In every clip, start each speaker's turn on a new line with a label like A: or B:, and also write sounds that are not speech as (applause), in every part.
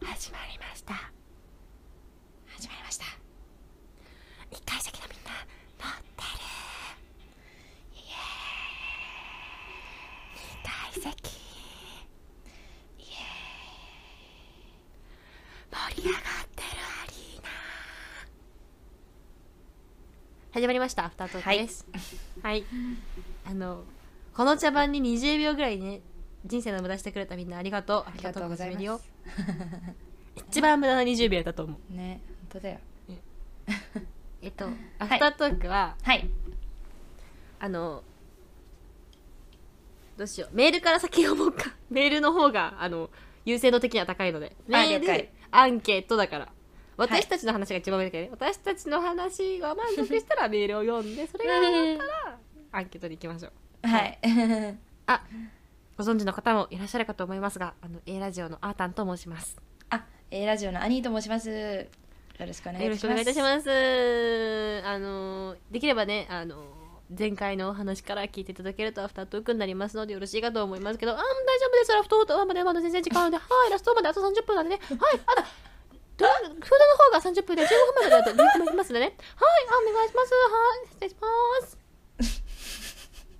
A: した始まりました一階席のみんな乗ってるイエーイ二階席イエーイ盛り上がってるアリーナ始まりましたアフタートークですはい、あのこの茶番に20秒ぐらいね人生の無駄してくれたみんなありがとうあ
B: ありがとうございます。
A: 一番無駄な20秒だと思う
B: ね、本当だよ。
A: えっとアフタートークは、
B: はい。
A: あのどうしようメールから先読もうか (laughs) メールの方があの優先度的には高いのでメー
B: 了解
A: ルアンケートだから私たちの話が一番上だけどね、私たちの話が満足した
B: (laughs)
A: らメールを読んでそれが終わったらアンケートに行きましょう
B: はい。 (laughs)
A: ご存知の方もいらっしゃるかと思いますがあの A ラジオのあーたんと申します
B: あ、えーラジオのアニーと申します。よろしくお願いい
A: よろ
B: たし
A: しく
B: ます。
A: お願いいたします。あのできればねあの前回のお話から聞いていただけるとアフタートークになりますのでよろしいかと思いますけどあん大丈夫ですラフトークはまだまだ全然時間あるのではいラストまであと30分なんでねはいあとドラフードの方が30分で15分までだとできますのでねはいあお願いしますはい失礼します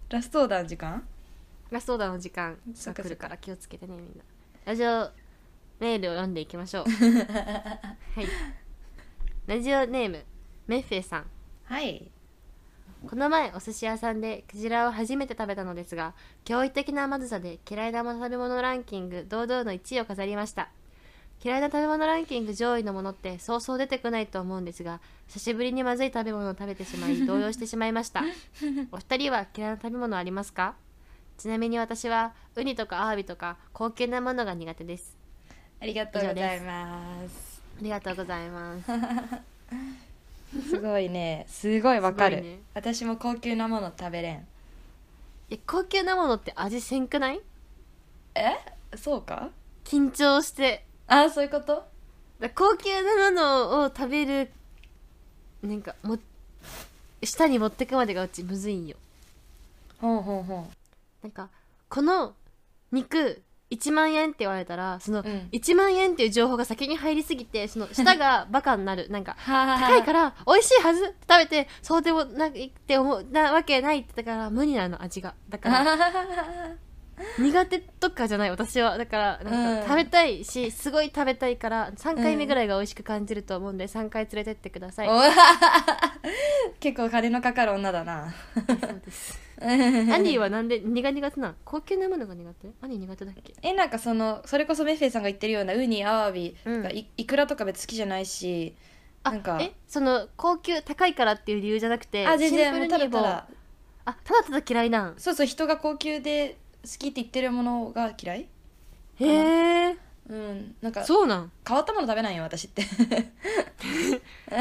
B: ラストオーダーの時間
A: ラストオーダーの時間が
B: そっか
A: 来
B: そっ
A: る
B: か
A: から気をつけてねみんなラジオメールを読んでいきまし
B: (laughs)
A: ょうはいラジオネームメッフェさん
B: はい。
A: この前お寿司屋さんでクジラを初めて食べたのですが驚異的なまずさで嫌いな食べ物ランキング堂々の1位を飾りました嫌いな食べ物ランキング上位のものってそうそう出てこないと思うんですが久しぶりにまずい食べ物を食べてしまい動揺してしまいましたお二人は嫌いな食べ物ありますかちなみに私はウニとかアワビとか高級なものが苦手です
B: ありがとうございます。
A: ありがとうございます
B: すごいね。すごいわかる、
A: すごいね
B: 私も高級なもの食べれん。
A: いや高級なものって味せんくない
B: えそうか
A: 緊張して
B: あ、そういうこと
A: だ高級なものを食べるなんかも下に持ってくまでがうちむずいんよ
B: ほうほうほ
A: なんかこの肉1万円って言われたらその
B: うん
A: 1万円っていう情報が先に入りすぎてその舌がバカに
B: (laughs)
A: なるなんか
B: う。は。
A: 高いからら美味しいはずって食べてそうでもないって思うなわけないってだから無理なの味がだ
B: あ
A: か
B: は
A: ら
B: (laughs) は (laughs) は
A: 苦手とかじゃない私はだからなん
B: うん
A: か食べたいし、すごい食べたいから3回目ぐらいが美味しく感じると思うんで3回連れてってください、
B: おわはは (laughs) 結構金のかかる女だ (laughs) な。
A: そうです。アニーはなんで苦苦手なの高級なものが苦手アニー苦手だっけ
B: えなんかそのそれこそメッフェイさんが言ってるようなウニアワビ、
A: うん
B: いいくらとか別に好きじゃないし
A: あ
B: なんか
A: えその高級高いからっていう理由じゃなくて
B: あ全
A: シ
B: 然も
A: ン
B: う
A: プ
B: た
A: ル
B: だ
A: にも
B: た
A: う
B: だ
A: あただただ嫌いなん
B: そうそう人が高級で好きって言ってるものが嫌い
A: へえ
B: うんなんか
A: そうなん
B: 変わったもの食べないよ私って
A: (laughs) 確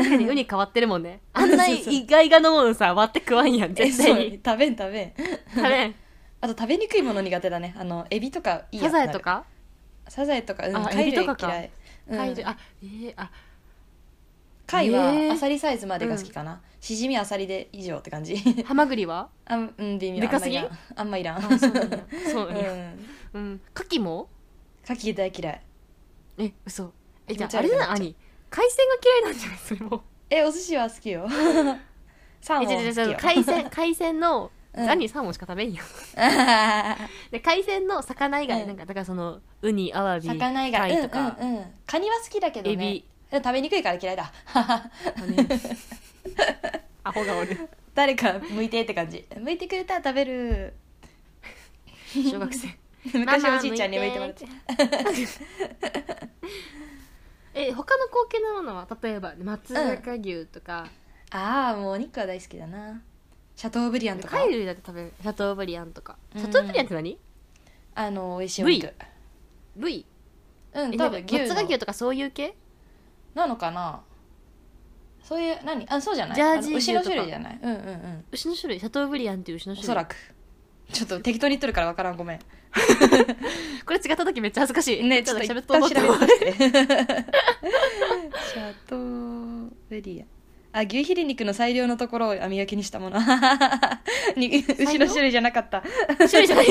A: かにウニ変わってるもんね (laughs) あんな
B: そうそう
A: 意外がのものさ割って食わん (laughs) やん
B: (laughs) え
A: 絶
B: そう
A: 対に
B: 食べん食べん
A: 食べん
B: あと食べにくいもの苦手だねあのエビとかいいや
A: サザエとか
B: サザエとかうん
A: あ
B: 貝
A: エビ
B: 類
A: とかか
B: 嫌いうん
A: 貝類あえー、あ
B: 貝
A: え
B: は
A: ー
B: アサリサイズまでが好きかな、しじみアサリで以上って感じ (laughs)
A: ハマグリは
B: あうん微妙
A: でかすぎ
B: あんまいらんあんま
A: あ (laughs)
B: いら
A: そうんなんやそうなんや
B: うん
A: うん牡蠣も
B: 牡蠣大嫌い
A: え嘘えじゃ
B: 気
A: ああ
B: 持ち悪く
A: れ
B: な
A: じ
B: っ
A: ゃない
B: ちゃう
A: 兄海鮮が嫌いなんじゃないそれも
B: えお寿司は好
A: (laughs)
B: きよサーモ
A: え
B: ン
A: じゃあ
B: は
A: じゃあじゃあ
B: 好きよ
A: 海鮮海鮮の
B: うん
A: 兄サーモンしか食べんやんで海鮮の魚以
B: う
A: 外
B: ん
A: なんかだからそのウニアワビ
B: (laughs) 魚以外
A: 貝とか、
B: うんうんうん、カニは好きだけどね
A: エビ
B: でも食べにくいから嫌い
A: (laughs)
B: だ
A: アホが
B: (laughs)
A: おる
B: 誰か向いてって感じ向いてくれたら食
A: (laughs)
B: べる
A: 小学生
B: 昔おじいちゃんに向いてもらって
A: (laughs) え他の高級なものは例えば松坂牛とか、
B: ああもうお肉は大好きだなシャトーブリアンとか
A: 貝類だって食べるシャトーブリアンとか
B: う
A: シ
B: ん
A: ャトーブリアンって何、
B: あの美味しいお肉
A: 部位
B: うん
A: え
B: 多
A: なんか
B: 分牛
A: 松坂
B: の
A: 牛とかそういう系
B: なのかなそういう何あそうじゃない
A: ジャージー
B: あの
A: 牛
B: 牛の
A: とか
B: 種類じゃないうんうんうん
A: 牛の種類シャトーブリアンっていう牛の
B: おそ
A: 種
B: ら
A: 類
B: くちょっと適当に言っとるからわからんごめん
A: これ違った時めっちゃ恥ずかしい
B: ねち
A: ち
B: ょ
A: ょ
B: っ
A: っと喋
B: と一
A: っ
B: 旦
A: と思
B: 調
A: っ
B: べ
A: た
B: て
A: わ
B: みてシ (laughs) ャトーブリアンあ牛ヒレ肉の最良のところを網焼きに (laughs) したものに牛の種類じゃなかった
A: (laughs) 種類じゃない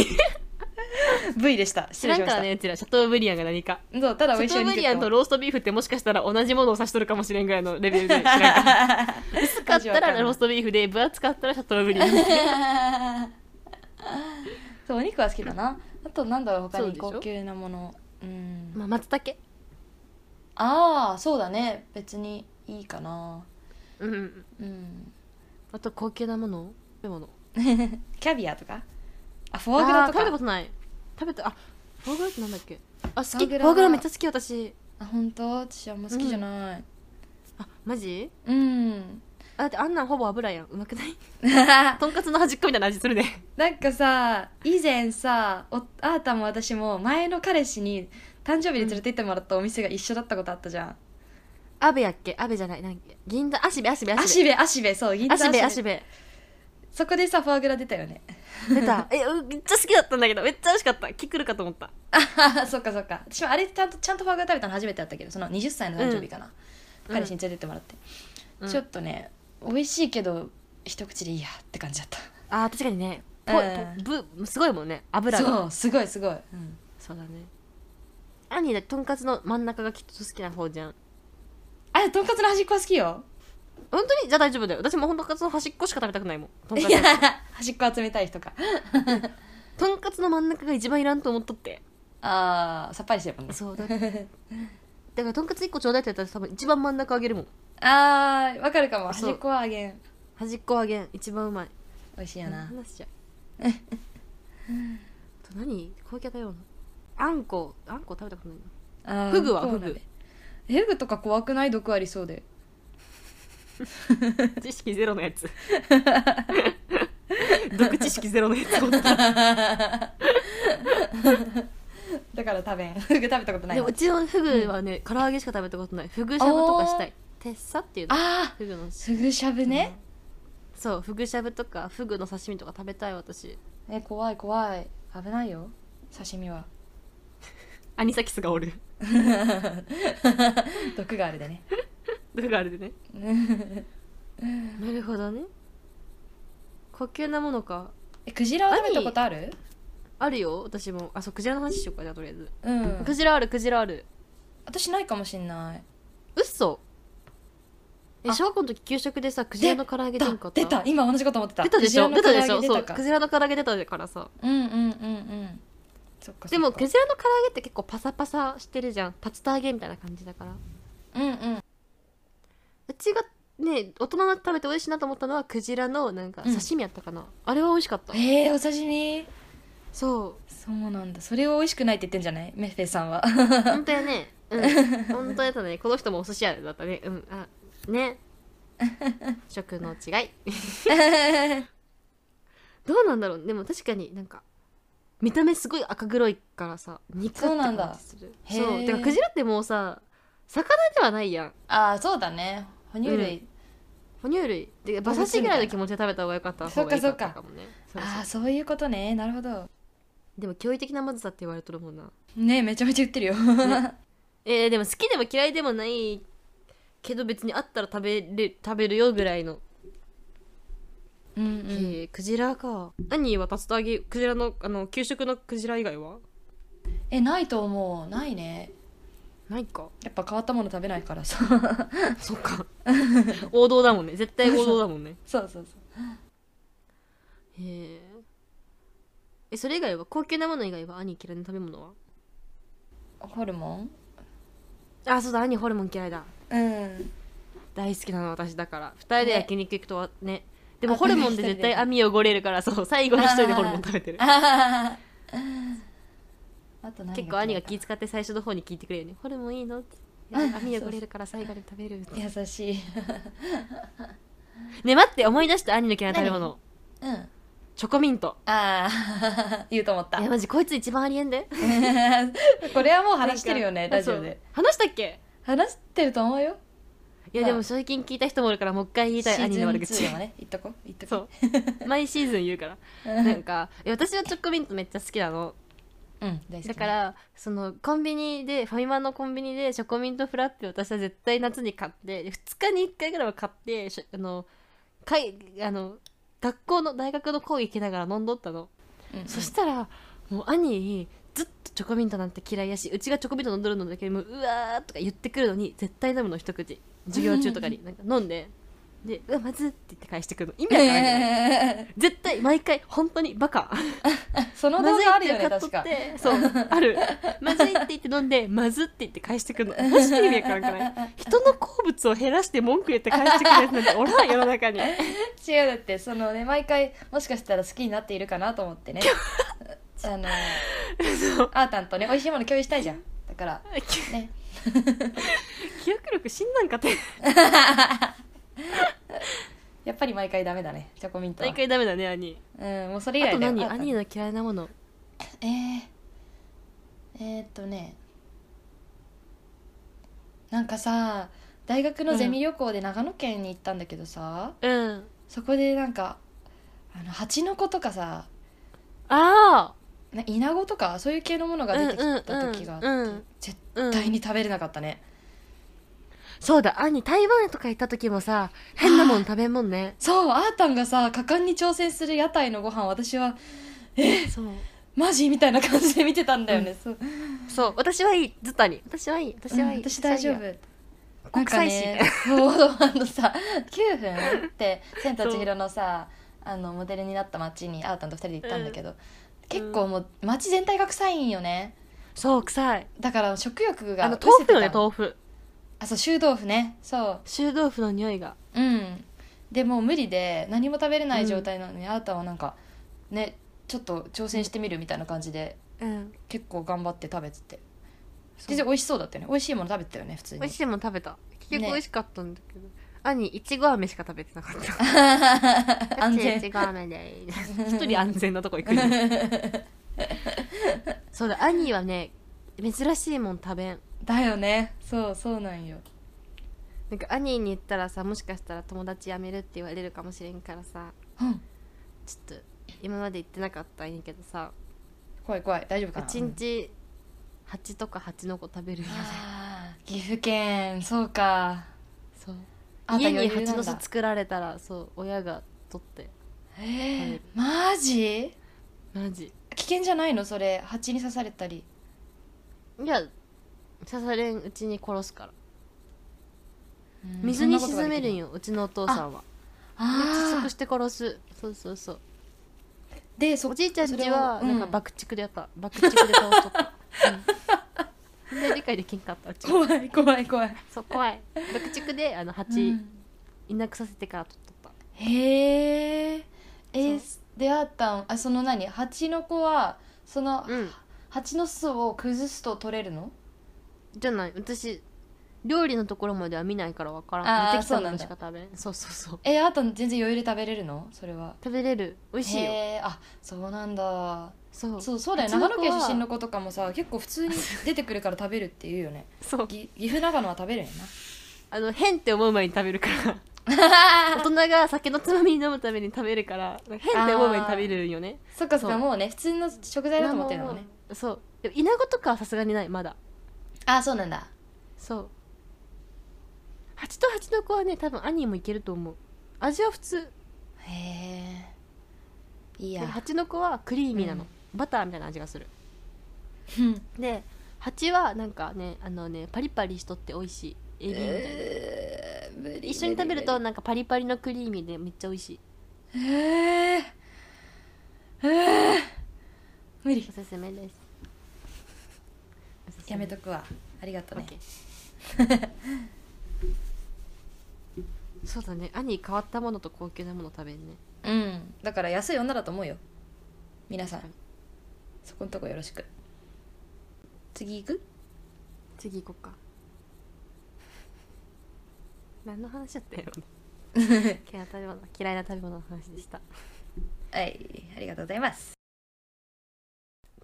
B: V でした (laughs) 失
A: 知
B: 礼
A: ら
B: し
A: ん
B: ま
A: か
B: し
A: ら
B: た、
A: ねうちらシャトーブリアンが何か
B: そうただ
A: シャ
B: 美味
A: ト
B: し
A: ー
B: い
A: ブリア
B: (laughs)
A: ンと
B: ロ
A: ローストビーフってもしかしたら同じものを指しとるかもしれんぐらいのレベルで (laughs) 知らんか薄かったらローストビーフで分厚かったらシャトーブリアン
B: (laughs) そうお肉は好きだなあとなんだろう他
A: そう
B: に
A: でしょ
B: 高級なものうん、
A: (laughs) まあ松茸
B: ああそうだね別にいいかな
A: うん
B: うん
A: あと高級なもの食べ物
B: キャビアとかあフォアグラ
A: あー
B: と
A: 食べた
B: か
A: ことない食べたあフォアグラってなんだっけあ好きフ
B: フォアグラ
A: ォアグラめっちゃ好き私
B: あ本当私あんま好きじゃない
A: あマジ
B: うん、
A: あだってあんなんほぼ油やんうまくないとんかつの端っこみたいな味するね
B: なんかさ以前さおあーたも私も前の彼氏に誕生日で連れて行ってもらったお店が一緒だったことあったじゃん、
A: アベやっけアベじゃないなんか銀座足部足部
B: 足
A: 足部
B: 部足部そう銀座
A: 足
B: 足部
A: 部足部
B: そこでさフォアグラ出たよね (laughs)
A: 出た (laughs) えうめっちゃ好きだったんだけどめっちゃ美味しかったキクルかと思った
B: あそっかそっか私もあれちゃんとちゃんとフォアグラ食べたの初めてだったけどその20歳の誕生日かな、
A: うん
B: 彼氏に連れてってもらって、
A: うん
B: ちょっとね美味しいけど一口でいいやって感じだった
A: あー確かにねぽ
B: うん
A: ぽぶすごいもんね油がそう
B: そうすごいすごい、うん
A: だねアニーだってとんかつの真ん中がきっと好きな方じゃん
B: あれとんかつの端っこは好きよ
A: 本当にじゃあ大丈夫だよ私もうとんかつの端っこしか食べたくないもんとん
B: い
A: かつ
B: や端っこ集めたい人か
A: とんかつの真ん中が一番いらんと思っとって
B: あーさっぱりしてるもんね
A: (laughs) そうだだからとんかつ1個ちょうだいってやったら多分一番真ん中あげるもん
B: あーわかるかも
A: そう
B: 端っこはあげん
A: 端っこあげん一番うまい
B: 美味しいよな、
A: 話しちゃう (laughs) あと何高級食べ物あんこあんこ食べたことないな
B: あー
A: フグは
B: そうなんだ
A: フグ
B: フグとか怖くない毒ありそう (laughs) で
A: (laughs) 知識ゼロのやつ毒知識ゼロのやつおった
B: だから食べんフグ食べたことない
A: で
B: な
A: もうちのフグはね、唐揚げしか食べたことないフグしゃぶとかしたいてっさっていうの
B: あ
A: フグの
B: ーすぐしゃぶね、
A: そうフグしゃぶとかフグの刺身とか食べたい私
B: え怖い怖い危ないよ刺身は
A: アニサキスがおる
B: (laughs) 毒があるでね
A: フグあれでね (laughs) なるほどね高級なものか
B: えクジラは食べたことある
A: あるよ私もあそうクジラの話しようかじゃあとりあえず、
B: うん
A: クジラあるクジラある
B: 私ないかもしんない
A: 嘘え
B: あ
A: 小学校の時給食でさクジラの唐揚げ出
B: だ
A: んかった
B: 出た今同じこと思ってた
A: 出たでしょ
B: ク
A: 出
B: ジ
A: た
B: ラ
A: で
B: の
A: しょ
B: 唐揚げ
A: そう
B: 出た
A: ク
B: か
A: ジラの唐揚げ出たからさ
B: うんうんうんうんそっかそっか
A: でもクジラの唐揚げって結構パサパサしてるじゃん竜田揚げみたいな感じだから
B: うんうん
A: うちがね大人が食べて美味しいなと思ったのはクジラのなんか
B: うん
A: 刺身やったかな、あれは美味しかった
B: ええー、お刺身
A: そう
B: そうなんだそれを美味しくないって言ってんじゃないメッフェさ
A: (laughs)
B: んは
A: 本当やね
B: (laughs)
A: うん本当やったねこの人もお寿司屋だったねうんあね食の違いどうなんだろうでも確かになんか見た目すごい赤黒いからさ肉って
B: そうなんだ
A: 感じする
B: へ
A: そ
B: ー
A: うだからクジラってもうさ魚ではないやん
B: ああそうだね哺乳類、
A: 哺乳類で馬刺しぐらいの気持ちで食べた方がよかった
B: そ
A: 方
B: っ
A: が
B: か
A: いい
B: そっか
A: かもねそうそう
B: ああそういうことねなるほど
A: でも驚異的なまずさって言われとるもんな
B: ねめちゃめちゃ言ってるよ、
A: えー、でも好きでも嫌いでもないけど別にあったら食べれ食べるよぐらいの
B: (laughs) うんう
A: へ
B: ん、
A: ークジラか兄は竜田揚げクジラのあの給食のクジラ以外は
B: えないと思うないね
A: ない
B: (laughs)
A: か
B: やっぱ変わったもの食べないから (laughs) さ
A: そっか王道だもんね絶対王道だもんね
B: そうそうそう
A: へーえそれ以外は高級なもの以外は兄嫌いな食べ物は
B: ホルモン
A: あそうだ兄ホルモン嫌いだ (laughs)
B: うん
A: 大好きなの私だから2人で焼肉行くとはねでも
B: あ
A: ホルモンで絶対網汚れるからそう最後に一人でホルモン食べてる
B: あと何が
A: 結構兄が気使って最初の方に聞いてくれるよね「ホルモンいいの?」って「いや網汚れるから最後に食べる」
B: 優しい
A: ね待って思い出した兄の嫌いな食べ物
B: うんあ
A: チョコミント
B: あ (laughs) 言うと思った
A: いやマジこいつ一番ありえんで
B: これはもう話してるよね
A: なん
B: ラ
A: か
B: ジオで
A: あそう話したっけ
B: 話してると思うよ
A: いやでも最近聞いた人もいるからもう一回言いたい
B: シー
A: 兄
B: ズン
A: の悪
B: 2
A: 口
B: でもね言っとこう言っと
A: そ
B: こ (laughs)
A: う (laughs) 毎シーズン言う (laughs) からなんかいや私はチョコミントめっちゃ好きなの
B: ううん大好き
A: だからそのコンビニでファミマのコンビニでチョコミントフラッペを私は絶対夏に買って2日に1回ぐらいは買ってしょあのかいあの学校の大学の講義行きながら飲んどったの、
B: うんうん
A: そしたらもう兄にずっとチョコミントなんて嫌いやしうちがチョコミント飲んどるのだけでもうわーとか言ってくるのに絶対飲むの一口授業中とかになんか飲んでで「うわまずっ」って言って返してくるの意味わからない、絶対毎回本当にバカ
B: (laughs) その動
A: まず
B: 画あ
A: い
B: る
A: っ
B: よ
A: て
B: ね
A: カット
B: 確
A: っ
B: か
A: てそう
B: (laughs)
A: あるまずいって言って飲んでまずって言って返してくるのマジで意味わからんくない人の好物を減らして文句言って返してくるやつなんておらん世の中に
B: 違うだってそのね毎回もしかしたら好きになっているかなと思ってね (laughs) あの
A: そう
B: あーたんとね美味しいもの共有したいじゃんだからね
A: 記憶力死んなんかって
B: やっぱり毎回ダメだねチョコミントは
A: 毎回ダメだね兄
B: うんもうそれ以
A: あと
B: 来だよ
A: 何
B: あーたん
A: 兄の嫌いなもの
B: えー、えー、っとねなんかさ大学のゼミ旅行で長野県に行ったんだけどさ、
A: うん
B: そこでなんかあの蜂の子とかさ
A: ああ
B: なイナゴとかそういう系のものが出てきた時があって、
A: うんうんうん
B: 絶
A: うん
B: 対に食べれなかったね、
A: そうだ兄台湾とか行った時もさ変なもん食べんもんね
B: そうあーたんがさ果敢に挑戦する屋台のご飯私は
A: そう
B: マジみたいな感じで見てたんだよね、そう
A: そう私はいいずっと兄私はいい私はいい、
B: うん私大丈夫なん
A: 国
B: か
A: 際誌
B: ねそうあのさ9分って「千と千尋」のさあのモデルになった町にあーたんと2人で行ったんだけど、結構もう町全体が臭いんよね
A: そう臭い
B: だから食欲が
A: あの豆腐よ
B: 失せ
A: ね
B: てた
A: 豆腐
B: あそう臭豆腐ねそう
A: 臭豆腐の匂いが
B: うんでもう無理で何も食べれない状態なのに、あなたはなんかねちょっと挑戦してみるみたいな感じで
A: うん
B: 結構頑張って食べてて
A: そう
B: 全然美味しそうだったよね美味しいもの食べてたよね普通
A: 美
B: に
A: 味しいもん食べた結局
B: ね
A: 美味しかったんだけど、兄いちご飴しか食べてなかった
B: (laughs) (laughs) 安
A: いち
B: 全
A: ご飴で (laughs) 一人安全なとこ行くね (laughs) そうだ兄はね珍しいもん食べん
B: だよねそうそうなんよ
A: なんか兄に言ったらさもしかしたら友達辞めるって言われるかもしれんからさ
B: うん
A: ちょっと今まで言ってなかったんやけどさ
B: 怖い怖い大丈夫かな
A: 1日蜂とか蜂の子食べるよね
B: あー岐阜県そうか
A: そう
B: あんた
A: 家に
B: 余裕な
A: 蜂
B: んだ
A: の巣作られたらそう親が取って
B: えー、マジ
A: マジ
B: 危険じゃないのそれ蜂に刺されたり
A: いや刺されんうちに殺すから
B: うん
A: 水に
B: そん
A: 沈
B: なことが
A: め
B: でき
A: るんようちのお父さんは窒
B: あ
A: 息
B: あ
A: して殺すそうそうそう
B: でそ
A: おじいちゃんちは
B: それを
A: なんか
B: うん
A: 爆竹でやった、爆竹で倒しとった、
B: (laughs)
A: うん、で理解できんかったうちは
B: 怖い怖い怖い
A: そう怖い爆竹であの
B: う
A: 蜂
B: ん
A: いなくさせてから取っとった
B: へええ
A: そ
B: 出会ったんあその何蜂の子はその、
A: うん
B: 蜂の巣を崩すと取れるの
A: じゃない私料理のところまでは見ないからわから
B: あ
A: ん
B: ー
A: 出てきた
B: そうな
A: の
B: ん
A: し
B: だ
A: か食べんそうそうそう
B: えあと全然余裕で食べれるのそれは
A: 食べれる美味しいよ
B: へーあそうなんだ
A: そう
B: そうそうだよ
A: 蜂の
B: 長
A: 子
B: 野
A: は
B: 県出身の子とかもさ結構普通に出てくるから食べるって言うよ (laughs) ね
A: そう
B: ぎ岐阜長野は食べるんや
A: あの変って思う前に食べるから大
B: な
A: 人が酒のつまみに飲むために食べるから変って思う前に食べるんよね
B: (laughs) そっかそっ
A: そ
B: か
A: う
B: もうね普通の食材だと思ってるのね
A: そうでもイナゴとかはさすがにないまだ
B: あそうなんだ
A: そう蜂と蜂の子はね多分兄もいけると思う味は普通
B: へえいい
A: で
B: や
A: も蜂の子はクリーミーなの、バターみたいな味がする
B: うん
A: で蜂はなんかねあのねパリパリしとって美味しいエビみたいな、
B: えー無理
A: 一緒に食べるとなんかパリパリのクリーミーでめっちゃ美味しい
B: えー、えー、無理
A: おすすめですおすすめ
B: やめとくわありがとうね
A: (laughs) そうだね兄変わったものと高級なもの食べんね
B: うんだから安い女だと思うよ皆さん
A: はい
B: そこんとこよろしく次行く
A: 次行こうか (laughs) 何の話だったよ (laughs) 嫌いな食べ物嫌いな食べ物の話でした
B: はいありがとうございます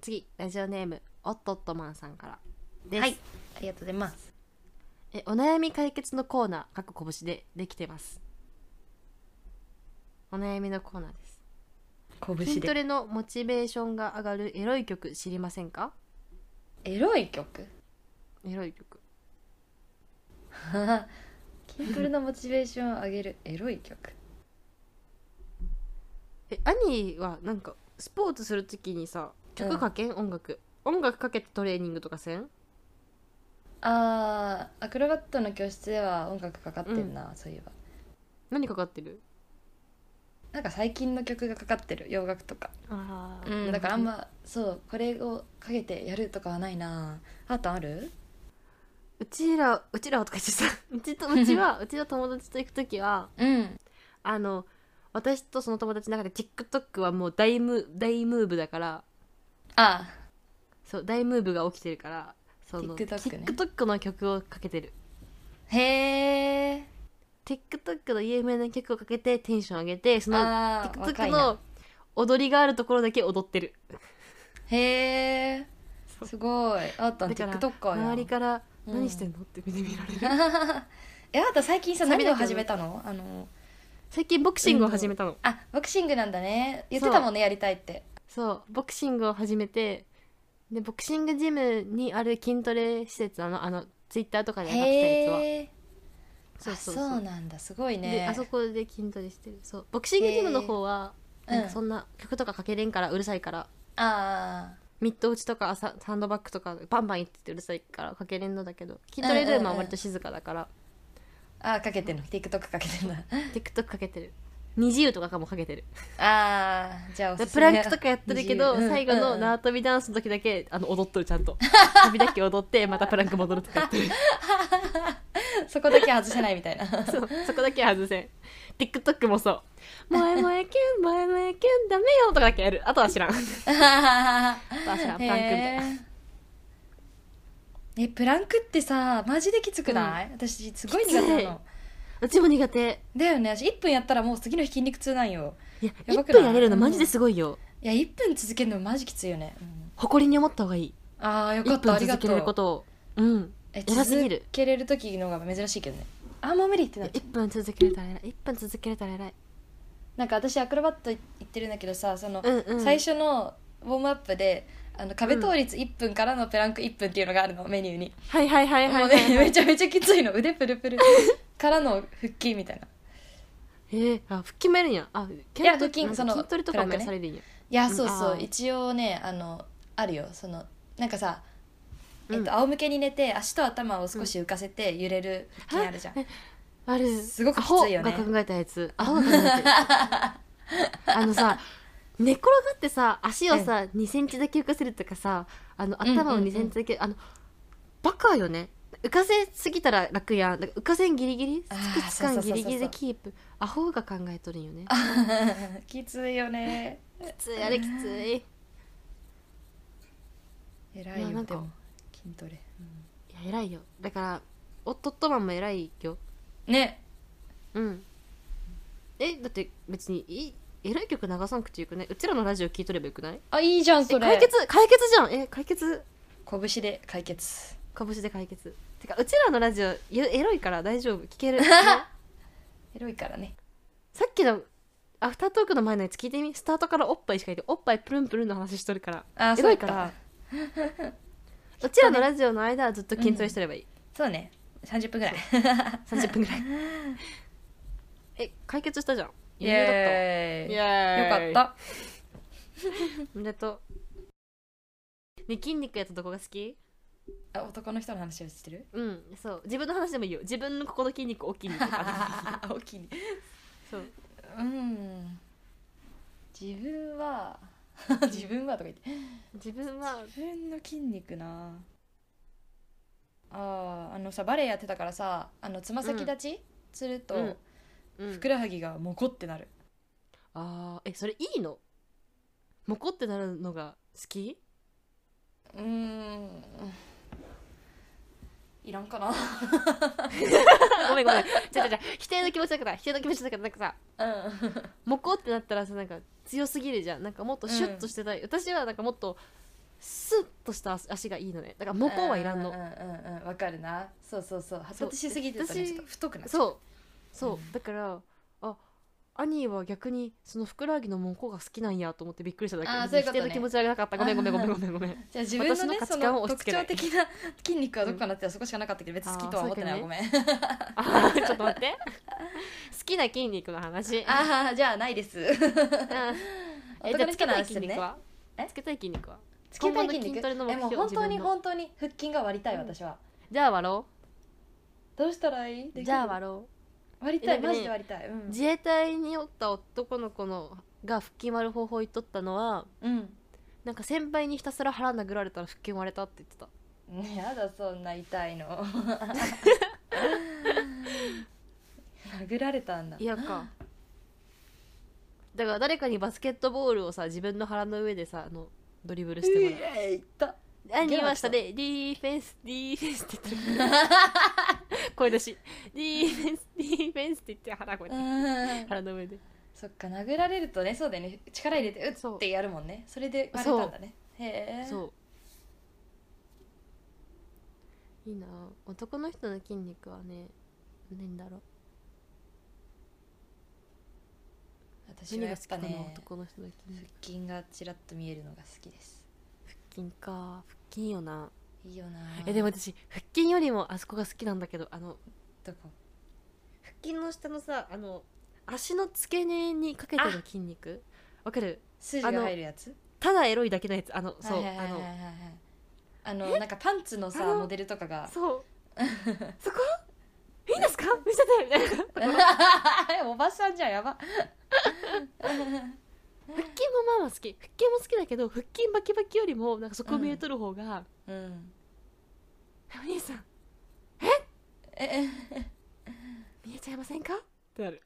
A: 次ラジオネームおっとっとマンさんからです、
B: はいありがとうございます
A: えお悩み解決のコーナー各拳でできてますお悩みのコーナーです筋
B: 拳
A: ト
B: で
A: レのモチベーションが上がるエロい曲知りませんか
B: エロい曲 (laughs)
A: エロい曲
B: 筋トレのモチベーションを上げるエロい曲
A: え兄はなんかスポーツするときにさ曲かけん、音楽音楽かけてトレーニングとかせん
B: あーアクロバットの教室では音楽かかってるな、そういえば
A: 何かかってる
B: なんか最近の曲がかかってる洋楽とか
A: ああ
B: うんだからあんまそうこれをかけてやるとかはないなあーたんある
A: うちらうちらはとか言ってさうちとうちはうちの友達と行く時は
B: うん
A: あの私とその友達の中で TikTok はもう大ム大ムーブだから
B: あ
A: そう大ムーブが起きてるからその
B: TikTok ね
A: TikTok の曲をかけてる
B: ーへえ
A: TikTok の有名な曲をかけてテンション上げてその
B: あー
A: TikTok
B: 若いな
A: の踊りがあるところだけ踊ってる
B: へえ
A: そう
B: すごいあーたん
A: だから
B: TikToker やん
A: 周りから「
B: うん
A: 何してんの?」って見てみられる
B: (laughs) えあーたん最近さ
A: サビ
B: 何
A: だ
B: を
A: けど
B: 始めたのあの
A: 最近ボクシングを始めたの
B: あボクシングなんだね言ってたもんねやりたいって
A: そうボクシングを始めてでボクシングジムにある筋トレ施設あのあのツイッターとかで上がってたやつは
B: へえ
A: そ
B: あ
A: うそ
B: そうう
A: そう
B: なんだすごい
A: で
B: ね
A: あそこで筋トレしてるそうボクシングジムの方は
B: へー
A: なんかそんな曲とかかけれんからうるさいから、
B: あ
A: ミッド打ちとかササンドバッグとかバンバンいっててうるさいからかけれんのだけど筋トレルームは割と静かだから、
B: ーあーかけてんの TikTok かけてんだ
A: TikTok かけてる二重とかかもかけてる
B: あーじゃあおすす
A: プ
B: め
A: ランクとかやってるけど、
B: 自由
A: 最後
B: うんうん
A: の
B: うん
A: 縄跳びダンスの時だけあの踊っとるちゃん (laughs) と跳びだけ踊ってまたプランク戻るとかやってる
B: そこだけ外せないみたいな
A: (laughs) そうそこだけ外せん TikTok もそう「萌え萌えキュン萌え萌えキュンダメよ」とかだけやるあとは知らんあとは知らんプランクみたいな
B: へーえプランクってさマジできつくない、私すごい苦手なの
A: うちも苦手
B: だよね私1分やったらもう次の日筋肉痛なんよ
A: いや
B: やば
A: 1
B: くない
A: 分やれるのマジですごいよ
B: いや1分続けるのマジきついよね、うん
A: 誇りに思った方がいい
B: ああよか
A: 1
B: ったあ
A: 分
B: りが
A: 続け
B: と
A: れるこ
B: う
A: とをうん
B: え
A: 偉すぎ
B: 続
A: る
B: けれる時の方が珍しいけどねあーもう無理ってなっちゃ
A: 1
B: う
A: 分続けれたら偉い1分続けれたら偉い
B: なんか私アクロバット行ってるんだけどさその、
A: うんうん
B: 最初のウォームアップであの壁倒立1分からのプランク1分っていうのがあるのメニューに、
A: はいはいはいはい
B: も
A: はい、
B: うね、めちゃめちゃきついの腕プルプ (laughs) ルからの腹筋みたいな
A: えー、あ腹筋もやるんやあ
B: い
A: 筋
B: や
A: トレ
B: 腹筋
A: なんか
B: その
A: 筋トレとかもやらされるんや、
B: いや
A: うん
B: そうそ
A: あ
B: う
A: ー
B: 一応ねあのあるよそのなんかさえっ
A: うん
B: と、仰向けに寝て足と頭を少し浮かせて揺れる腹筋あるじゃん、
A: ある
B: すごくきついよね
A: アホが考えたやつアホが考え
B: (laughs)
A: たやつあのさ寝転がってさ足をさ、2センチだけ浮かせるとかさあの頭を
B: うんうんうん
A: 2センチだけ、あのバカよね浮かせすぎたら楽やんだから浮かせんギリギリ
B: あー
A: つくつかん
B: そうそうそうそう
A: ギリギリでキープアホが考えとるんよね
B: (laughs) きついよね
A: きついあれきついい
B: 偉い
A: いや
B: よ
A: なんか
B: でも筋トレ、
A: や偉いよだから夫とマンも偉いよ
B: ね
A: うんえだって別にいい偉い曲流さんくてよくないうちらのラジオ聞いとればよくない
B: あいいじゃんそ
A: え
B: れ
A: 解決解決じゃんえ解決
B: 拳で解決
A: かぼしで解決てかうちらのラジオゆエロいから大丈夫聞け
B: (laughs)
A: るね
B: エロいからね
A: さっきのアフタートークの前のやつ聞いてみスタートからおっぱいしか言っておっぱいプルンプルンの話しとるから
B: あ
A: エロいから
B: (laughs)
A: うちらのラジオの間はずっと筋トレしてればいい、
B: そうね30分ぐらい
A: 30分ぐらいえ解決したじゃん
B: イ
A: 余裕だったわ
B: エーイ
A: イエーイ
B: よかった
A: おめでとうね筋肉やったどこが好き
B: あ男の人の話をしてる
A: うんそう自分の話でもいいよ自分のここの筋肉大きい肉とか
B: (laughs) 大きい
A: そう
B: うん自分は自分はとか言って
A: 自分は
B: 自分の筋肉なあーあのさバレエやってたからさあのつま先立ちすると、
A: うんうん
B: ふくらはぎがモコってなる
A: あーえそれいいのモコってなるのが好き
B: うーんいらんかな
A: (laughs) ごめんごめんじゃじゃ否定の気持ちだから否定の気持ちだからなんかさ
B: うん
A: (laughs) モコってなったらさなんか強すぎるじゃんなんかもっとシュッとしてたい、私はなんかもっとスッとした足がいいのねだからモコはいらんの
B: うんうんうんうんわかるなそうそうそう発達しすぎてた
A: 私
B: ねちょっと太くなっちゃう
A: そうそう、
B: うん
A: だからあ兄は逆にそのふくらはぎのモコが好きなんやと思ってびっくりしただけ
B: あーそういうことね
A: 否定の気持ちはなかったごめんごめんごめんごめんごめん
B: じゃあ自分の
A: 私の
B: ね
A: 価
B: そ
A: 値観を
B: の
A: 押し
B: 特
A: 付けな
B: 徴
A: い
B: 的な (laughs) 筋肉はどこかなってそこしかなかったけど別に好きとは思ってないわ
A: う
B: ご
A: ん
B: めん
A: あーちょっと待
B: (laughs)
A: って好きな筋肉の話
B: ああじゃあないです
A: うんえ
B: (laughs) 男の人
A: じ
B: の話
A: ゃあつけたい筋肉は
B: え
A: つけたい筋肉は
B: つつけたい
A: 今後の
B: 筋
A: 筋
B: 肉
A: トレの目
B: えもう
A: 標
B: 本当に
A: 自分の
B: 本当に腹筋が割りたい
A: うん
B: 私は、
A: じゃあ割ろ
B: どうしたらいいでき
A: う
B: る
A: じゃあ割ろ
B: 割りた
A: え
B: い
A: なんかね
B: マジで割りたい、うん
A: う自衛隊におった男の子のが腹筋割る方法言っとったのは
B: うん
A: なんか先輩にひたすら腹殴られたら腹筋割れたって言ってた
B: ねやだそんな痛いの (laughs) 殴られたんだ
A: 嫌かだから誰かにバスケットボールをさ自分の腹の上でさあのドリブルしてもらう
B: えいった
A: 何言いましたね。ディーフェンス、ディーフェンスって言ってる。 (laughs) 声出し。ディーフェンス、ディーフェンスって言って腹こうやって腹の上で。
B: そっか殴られるとねそうだよね力入れてう
A: そう
B: っってやるもんねそれで割れたんだねへえ
A: そう。いいなぁ男の人の筋肉はね、何だろう。
B: 私は
A: 何
B: や
A: が
B: っ
A: 好き
B: ぱ
A: かな、
B: ね
A: 男の人の筋
B: 腹
A: 肉。
B: 筋がちらっと見えるのが好きです
A: 腹筋か。腹筋よな。
B: いいよな
A: え、でも私、腹筋よりもあそこが好きなんだけど、あの、
B: どこ
A: 腹筋の下のさ、あの、足の付け根にかけてる筋肉。わかる
B: 筋が入るやつ
A: ただエロいだけのやつあのそう、
B: はいはいはいはいはい
A: あ
B: あのなんかパンツの
A: あ
B: さ
A: の
B: モデルとかが
A: のそう (laughs) そこいいんですか見せてみたいな腹筋も
B: (laughs) おばさんじゃんやば
A: まあまあ好き腹筋も好きだけど腹筋バキバキよりもなんかそこを見えとる方が、
B: うん
A: お兄さん
B: え
A: 見えちゃいませんかってなる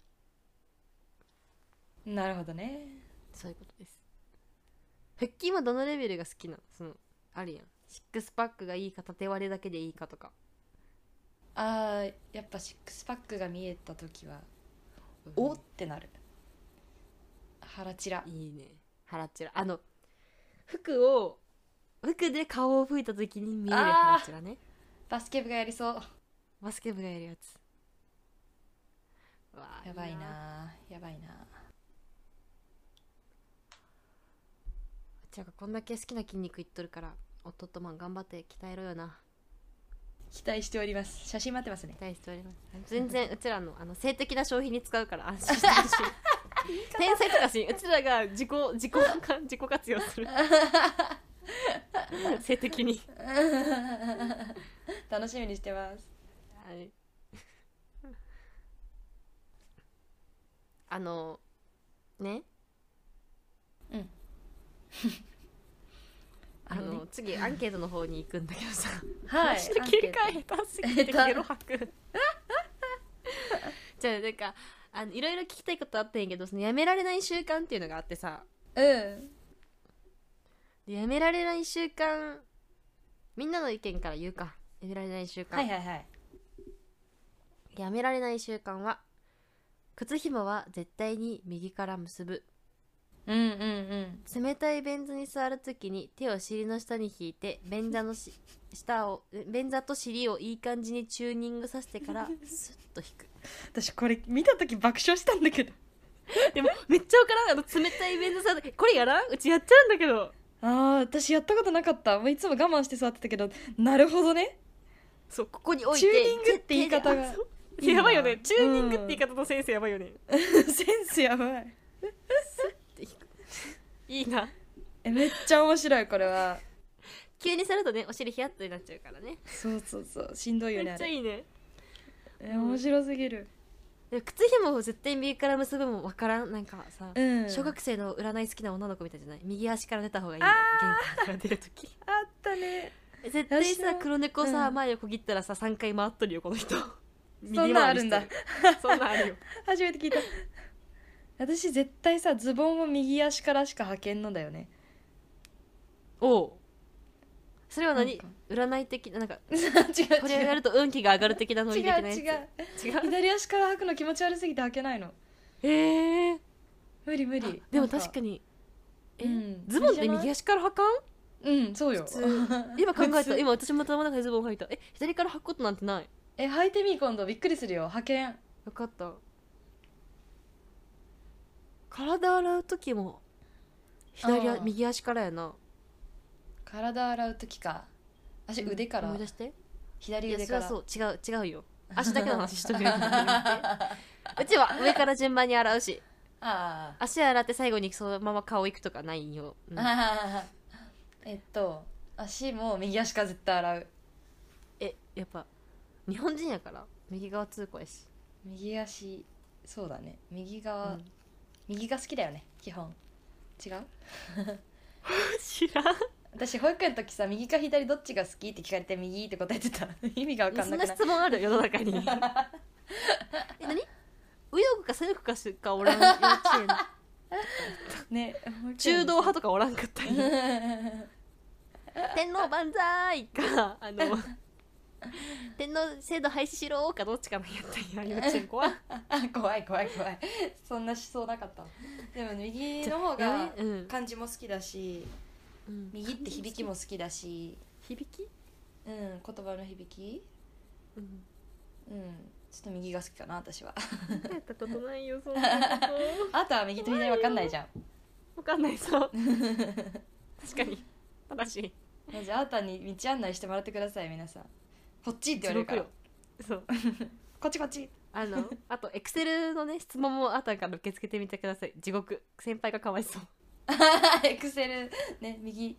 B: えなるほどね
A: そういうことです腹筋はどのレベルが好きなのそのあるやんシックスパックがいいか縦割れだけでいいかとか
B: あーやっぱシックスパックが見えた時は
A: お
B: おってなる腹チラ
A: いいね腹っちらあの服を服で顔を拭いた時に見える腹っちらね
B: バスケ部がやりそう
A: バスケ部がやるやつうわあ
B: やばいなやばいな
A: じゃあこんだけ好きな筋肉いっとるから弟マン頑張って鍛えろよな
B: 期待しております写真待ってますね
A: 期待しております全然うちらのあの性的な消費に使うから安心してほしい天才とかしうちらが自己自己か自己活用 (laughs) する性的に
B: (laughs) 楽しみにしてます
A: はいあのね
B: うん
A: (laughs) あの次アンケートの方に行くんだけどさ
B: はい
A: 話の切り
B: アン
A: 替
B: ケ
A: え下手すぎてゲロ吐く (laughs) じゃあなんかあのいろいろ聞きたいことあったんやけどそのやめられない習慣っていうのがあってさ
B: ートうん
A: でやめられない習慣みんなの意見から言うかやめられない習慣、
B: はいはいはい
A: やめられない習慣は靴ひもは絶対に右から結ぶ
B: うんうんうん
A: 冷たい便座に座るときに手を尻の下に引いて便座のし下を便座と尻をいい感じにチューニングさせて (laughs) からスッと引く
B: 私これ見た時爆笑したんだけど
A: でもめっちゃわからんあの冷たい便座さんこれやらんうちやっちゃうんだけど
B: あー私やったことなかったもういつも我慢して座ってたけどなるほどね (laughs)
A: そうここに置いて
B: チューニングって言い方が
A: 手であそう
B: いいな
A: (laughs) やばいよねチューニングって言い方と先生やばいよね、
B: センスやばい
A: いいな
B: えめっちゃ面白いこれは
A: 急にされるとねお尻ヒヤッとになっちゃうからね
B: そうそうそうしんどいよ
A: め
B: ねあ
A: っちゃ
B: れ
A: いいね
B: え面白すぎる
A: で靴ひもを絶対右から結ぶもわからんなんかさ、
B: うん
A: 小学生の占い好きな女の子みたいじゃない右足から出た方がいいんだよ玄関から出るとき
B: あったね
A: (laughs) 絶対
B: 私
A: さ
B: も
A: 黒猫さ、
B: うん
A: 前をこぎったらさ3回回っとるよこの (laughs) 人
B: そんなんあるんだ
A: 右回りしてるそんなんあるよ
B: 初めて聞いた (laughs) 私絶対さズボンを右足からしか履けんのだよね (laughs)
A: おうそれは
B: なん
A: 何
B: か
A: 占い的ななんか
B: 違う違
A: これをやると運気が上がる的なノ
B: う違
A: リ的なや
B: う
A: つ
B: 違う
A: 違
B: (laughs)
A: う
B: 左足から履くの気持ち悪すぎて履けないの
A: へえ
B: 無理無理
A: でも確か
B: に
A: にえ、
B: うん
A: ズボンって右足から履かん
B: うんそうよ
A: 普通今考
B: (laughs)
A: え
B: 普
A: た
B: 通
A: 今私も頭の中でズボン履いたえ左から履くことなんてない
B: え履いてみ今度びっくりするよ履けん
A: 分かった体洗う時も左
B: あ
A: 足
B: ー
A: 右足からやな
B: 体洗う時か私腕か
A: 思
B: ら
A: い出してい
B: 左
A: や
B: 腕
A: そ
B: か
A: れ
B: ら
A: はそう違う違うよ足だけの話しと (laughs)
B: (laughs)
A: るようちは上から順番に洗うし
B: あ
A: 足洗って最後にそのまま顔行くとかないよ、うん
B: あえっと足も右足から絶対洗う
A: えやっぱ日本人やから右側通行やし、
B: 右足そうだね右側、
A: うん
B: 右が好きだよね基本違う
A: 知らん
B: 私保育園の時さ右か左どっちが好きって聞かれて右って答えてた (laughs) 意味が分かん
A: そ
B: なんく
A: な
B: ない
A: 質問ある世の中
B: (laughs)
A: にえ何右翼か左翼かしかおらん幼稚園
B: (laughs) ね保育園
A: 中道派とかおらんかった
B: (laughs)
A: り
B: う
A: 天皇万歳かあの天皇制度廃止しろかどっちかなんやったんや幼稚園子は
B: んあ怖い怖い怖いそんな思想なかったわでも右の方が
A: うん
B: 漢字も好きだし
A: うん
B: 右って響きも好きだし
A: 響き、
B: うん言葉の響き
A: うん、
B: うんちょっと右が好きかな私は
A: やったことないよそんなこと
B: (laughs) あとは右と左分かんないじゃん
A: わかんないそう確かに正しい
B: (laughs) まずあーたんに道案内してもらってください皆さんこっちって言われる
A: 地獄
B: か
A: よ
B: ら
A: そう
B: こっちこっ (laughs) ち
A: あ (laughs) のあとエクセルのね質問もあったから受け付けてみてください地獄先輩がかわいそう
B: エクセルね右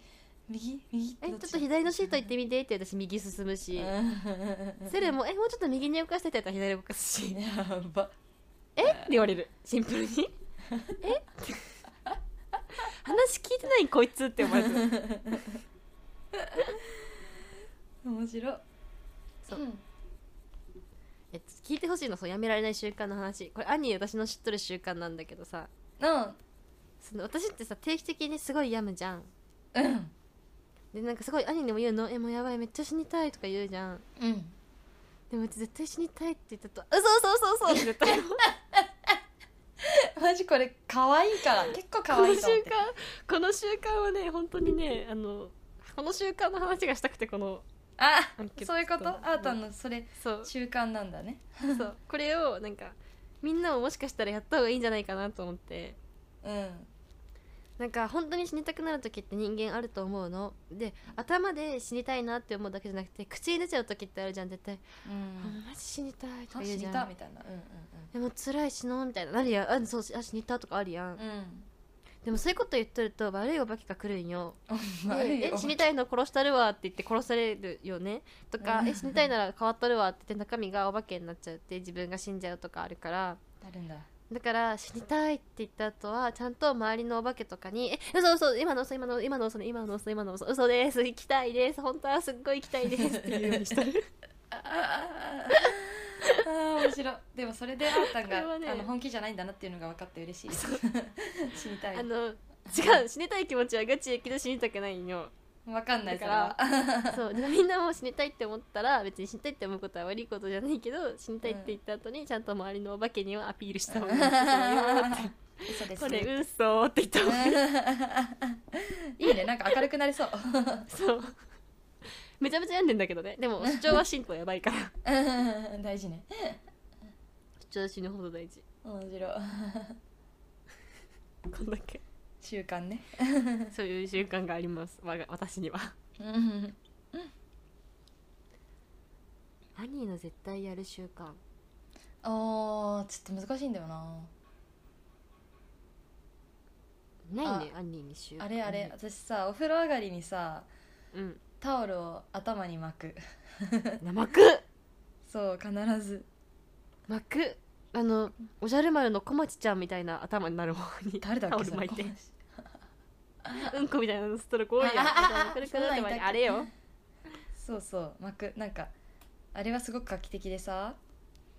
B: 右右
A: えち
B: ど
A: ょっ
B: ち
A: と左のシート行ってみてって私右進む
B: (laughs)
A: し
B: うん
A: セルもえもうちょっと右に動かしてってやったら左動かすし
B: やば
A: (laughs) えって言われるシンプルに (laughs) えって話聞いてないこいつって思われてる
B: (laughs) 面白い
A: そう
B: うん
A: (laughs) え聞いてほしいのそうやめられない習慣の話これ兄私の知っとる習慣なんだけどさ
B: うん
A: その私ってさ定期的にすごい病むじゃん
B: うん
A: でなんかすごい兄にも言うの「えもうやばいめっちゃ死にたい」とか言うじゃん
B: うん
A: でもうち絶対死にたいって言ったと「うそうそうそうそう」って絶 (laughs) 対思う
B: マジこれ可愛いから結構
A: こ
B: 可
A: の
B: 愛い
A: 習
B: と思っ
A: 慣
B: て
A: この習慣はね本当にねあのこの習慣の話がしたくてこの
B: あ
A: アンケート
B: そういうことあーたん
A: の
B: のそれ
A: (laughs) そう
B: 習慣なんだね
A: そうこれをなんかみんなももしかしたらやった方がいいんじゃないかなと思って
B: うん
A: なんか本当に死にたくなる時って人間あると思うので頭で死にたいなって思うだけじゃなくて口に出ちゃう時ってあるじゃん絶対
B: う
A: 「あ
B: ん
A: マジ死にたい」とか
B: あ
A: 言う
B: 死
A: じ
B: に
A: ゃん
B: たみたいなうん
A: でも辛い死のうみたいななるやんあそうあ死にたとかあるやん
B: うんうん
A: でもそういうこと言っとると悪いお化けが来るんよ
B: うん (laughs) 悪い
A: で
B: よ
A: え死にたいの殺したるわって言って殺されるよねとか、
B: うん
A: え死にたいなら変わっとるわって言って中身がお化けになっちゃうって自分が死んじゃうとかあるから
B: なるんだ
A: だから死にたいって言った後はちゃんと周りのお化けとかに「え嘘嘘今の嘘今の嘘今の嘘ね今の嘘今の嘘嘘です行きたいです本当はすっごい行きたいです」っていうようにしてる
B: ああ面白いでもそれであーたん
A: これは
B: が、
A: ね
B: あの本気じゃないんだなっていうのが分かって嬉しいです (laughs) 死にたい
A: あの違う死にたい気持ちはガチやけど死にたくないんよ
B: 分かんない
A: だ
B: そ
A: か
B: れは
A: らそうでみんなも死にたいって思ったら別に死にたいって思うことは悪いことじゃないけど死にたいって言った後にちゃんと周りのお化けにはアピールした方がいい (laughs) ですよ
B: 嘘です
A: これ嘘って言った方が (laughs) いい
B: (laughs) いいねなんか明るくなれそう
A: そうめちゃめちゃ病んでんだけどねで (laughs) も主張は進歩やばいから
B: (laughs) 大事ね
A: 主張は死ぬほど大事
B: 面白い
A: こんだけ
B: 習慣ね
A: そういう習慣がありますわが私には
B: うん
A: アニーの絶対やる習慣
B: あーちょっと難しいんだよな
A: ないねアニーに習慣
B: あれあれ私さお風呂上がりにさ
A: (laughs) うん
B: タオルを頭に巻く
A: 生く
B: そう必ず
A: 巻くあのおじゃる丸の小町ちゃんみたいな頭になる方に
B: 誰だっ
A: タオ
B: け
A: ル
B: それ
A: 巻いてうんこみたいなのストローク多いやん
B: ああああ
A: 頭くるくるって巻いて
B: あ
A: あれよ
B: そうそう巻くなんかあれはすごく画期的でさ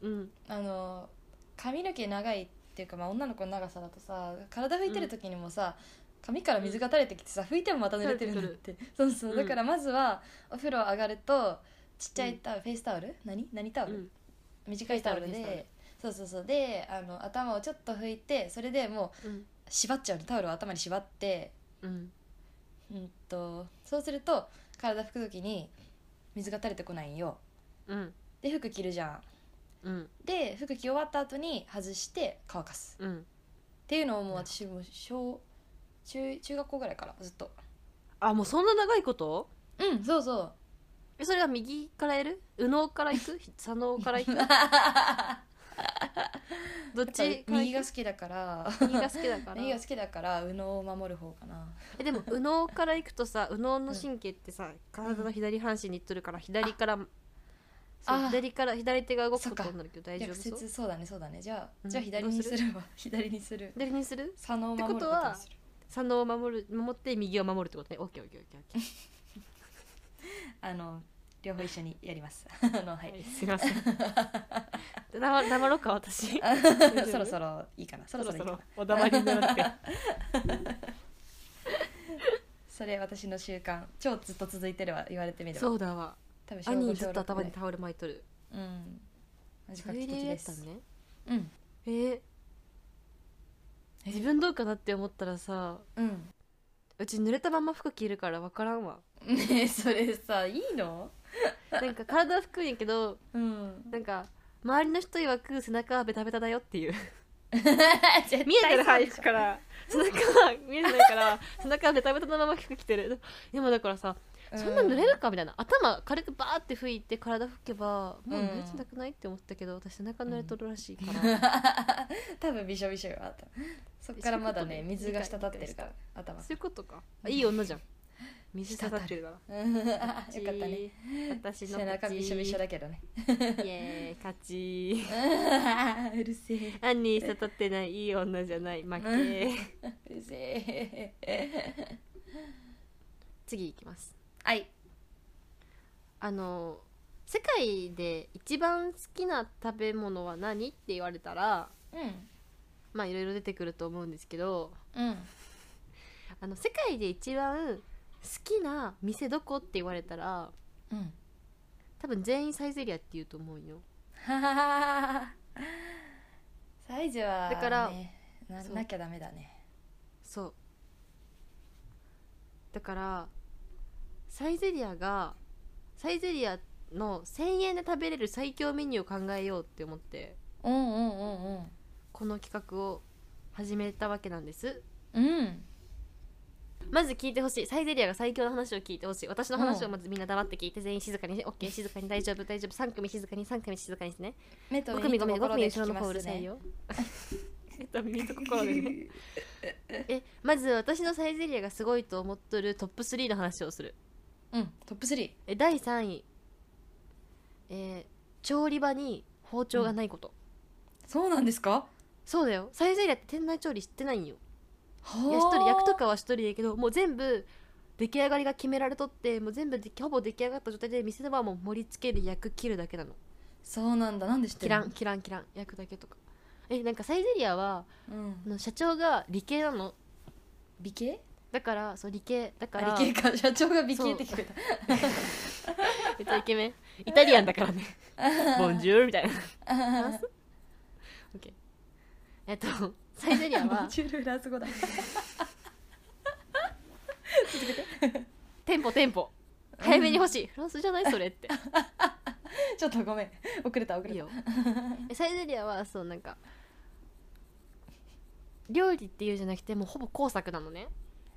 A: うん
B: あの髪の毛長いっていうか、まあ、女の子の長さだとさ体拭いてる時にもさ、髪から水が垂れてきてさ拭いてもまた濡れてるんだってそうそううんだからまずはお風呂上がるとちっちゃ
A: う
B: い
A: ん
B: タオル、フェイスタオル何何タオ
A: う
B: ル、
A: ん
B: 短いタオル
A: フェイスタオルフェイ
B: でそうそうそうであの頭をちょっと拭いてそれでも
A: うん
B: う縛っちゃうのタオルを頭に縛って、
A: うん
B: うん、とそうすると体拭く時に水が垂れてこないんよ
A: うん
B: で服着るじゃん
A: うん
B: で服着終わった後に外して乾かす
A: うん
B: っていうのをもう私もう小中中学校ぐらいからずっと
A: あもうそんな長いこと
B: うんそうそう (laughs)
A: えそれは右からやる右脳からいく左脳からいくどっ
B: っ
A: ち
B: ぱ右が好き
A: (laughs)
B: だから
A: 右が好きだから
B: 右が好きだから右脳を守る方かな
A: えでも右脳から行くとさ右脳の神経ってさ、体の左半身にいっとるから左からそう
B: あ
A: 左から左手が動く
B: そっ
A: こと
B: か
A: になるけど大
B: いや
A: 丈
B: 直
A: 夫そう
B: 接そうだねそうだねじゃあ、
A: うん
B: じゃあ左にすれば (laughs) 左にする
A: 左にする
B: 左脳を守ることにする
A: 左脳を守る守って右を守るってことねオッケーオッケーオッケーオッケー
B: あの両方一緒にやります
A: (laughs)
B: あのは
A: はいい、すいません
B: (laughs)
A: 黙黙ろうか私
B: あ (laughs) そろそろいいかなそ
A: そ
B: ろそ
A: ろ
B: ろ
A: そ
B: いいかな
A: ろお黙りになって
B: (laughs) それ私の習慣超ずっと続いてるわ言われてみれば
A: そうだわ
B: 多分小
A: 兄
B: 五
A: ずっ
B: 小
A: と頭
B: 六ぐら
A: に
B: い
A: タオル巻いとる
B: うんマジ
A: そ
B: 画
A: れ
B: 期
A: で
B: 的
A: や
B: で
A: った
B: す
A: のね
B: うん
A: えー自分どうかなって思ったらさ
B: うん
A: うち濡れたまま服着るから分からんわ
B: ねえそれさいいの
A: なんか体は拭くんやけど
B: うん
A: なんか周りの人曰く背中はベタベタだよっていう (laughs) 見
B: 見
A: えてる範囲から背中は見えてないから背中はベタベタのまま服着てるでもだからさそんな濡れるかみたいな頭軽くバーって拭いて体拭けばもう濡れてなくないって思ったけど私背中濡れとるらしいから
B: (laughs) 多分びしょびしょよあったそっからまだね
A: そういうことね
B: 水が滴ってるから頭 (laughs)
A: そういうことかいい女じゃん水刺さってるから
B: うんよかっ
A: 勝ち
B: たね
A: 私の
B: 背中びしょびしょだけど
A: (laughs)
B: ね
A: イエーイ勝ち
B: うるせえ
A: アンニー刺さってないいい女じゃない負け
B: うるせえ
A: 次いきます
B: はい
A: あの世界で一番好きな食べ物は何って言われたら
B: うん
A: まあいろいろ出てくると思うんですけど
B: うん
A: あの世界で一番好きな店どこって言われたら
B: うん (laughs)
A: 多分全員サイゼリアって言うと思うよ
B: ははははサイズは、ね、
A: だから
B: な
A: そう
B: なきゃダメだね
A: そうだからサイゼリアがサイゼリアの1,000円で食べれる最強メニューを考えようって思って
B: うんうんうんうん
A: この企画を始めたわけなんです
B: うん
A: まず聞いてほしいサイゼリアが最強の話を聞いてほしい私の話をまずみんな黙って聞いて全員静かにして OK 静かに大丈夫大丈夫3組静かに3組静かにしてね
B: 目と
A: 5
B: 目
A: 組
B: と
A: ごめん5組後
B: 心で聞
A: ろ
B: き
A: の
B: ま
A: 方うる
B: す
A: さい
B: ね
A: よ
B: (laughs)
A: えっと耳と心でね (laughs) えまず私のサイゼリアがすごいと思っとるトップ3の話をする
B: うんトップ3
A: え第3位えー調理場に包丁がないこと、
B: そうなんですか
A: そうだよサイゼリアって店内調理知ってないんよい
B: は
A: や一人焼くとかは一人やけどもう全部出来上がりが決められとってもう全部でほぼ出来上がった状態で店の場もう盛り付ける焼く切るだけなの
B: そうなんだなんで知って
A: 切
B: る
A: ら
B: の
A: ん切らん切らん焼くだけとかえなんかサイゼリアは
B: うん
A: あの社長が理系なの
B: 美形
A: だからそう理系だから
B: あ理系か社長が美形って聞こえた
A: めっちゃイケメンイタリアンだからね (laughs) ボンジュールみたいな
B: あ
A: 話す OK えっとサイゼリ (laughs) アは
B: チュールフランス語だ
A: テンポテンポ早めに欲しい、フランスじゃないそれって
B: ちょっとごめん遅れた遅れ
A: いい
B: た
A: よえサイゼリアはそうなんか料理っていうじゃなくてもうほぼ工作なのね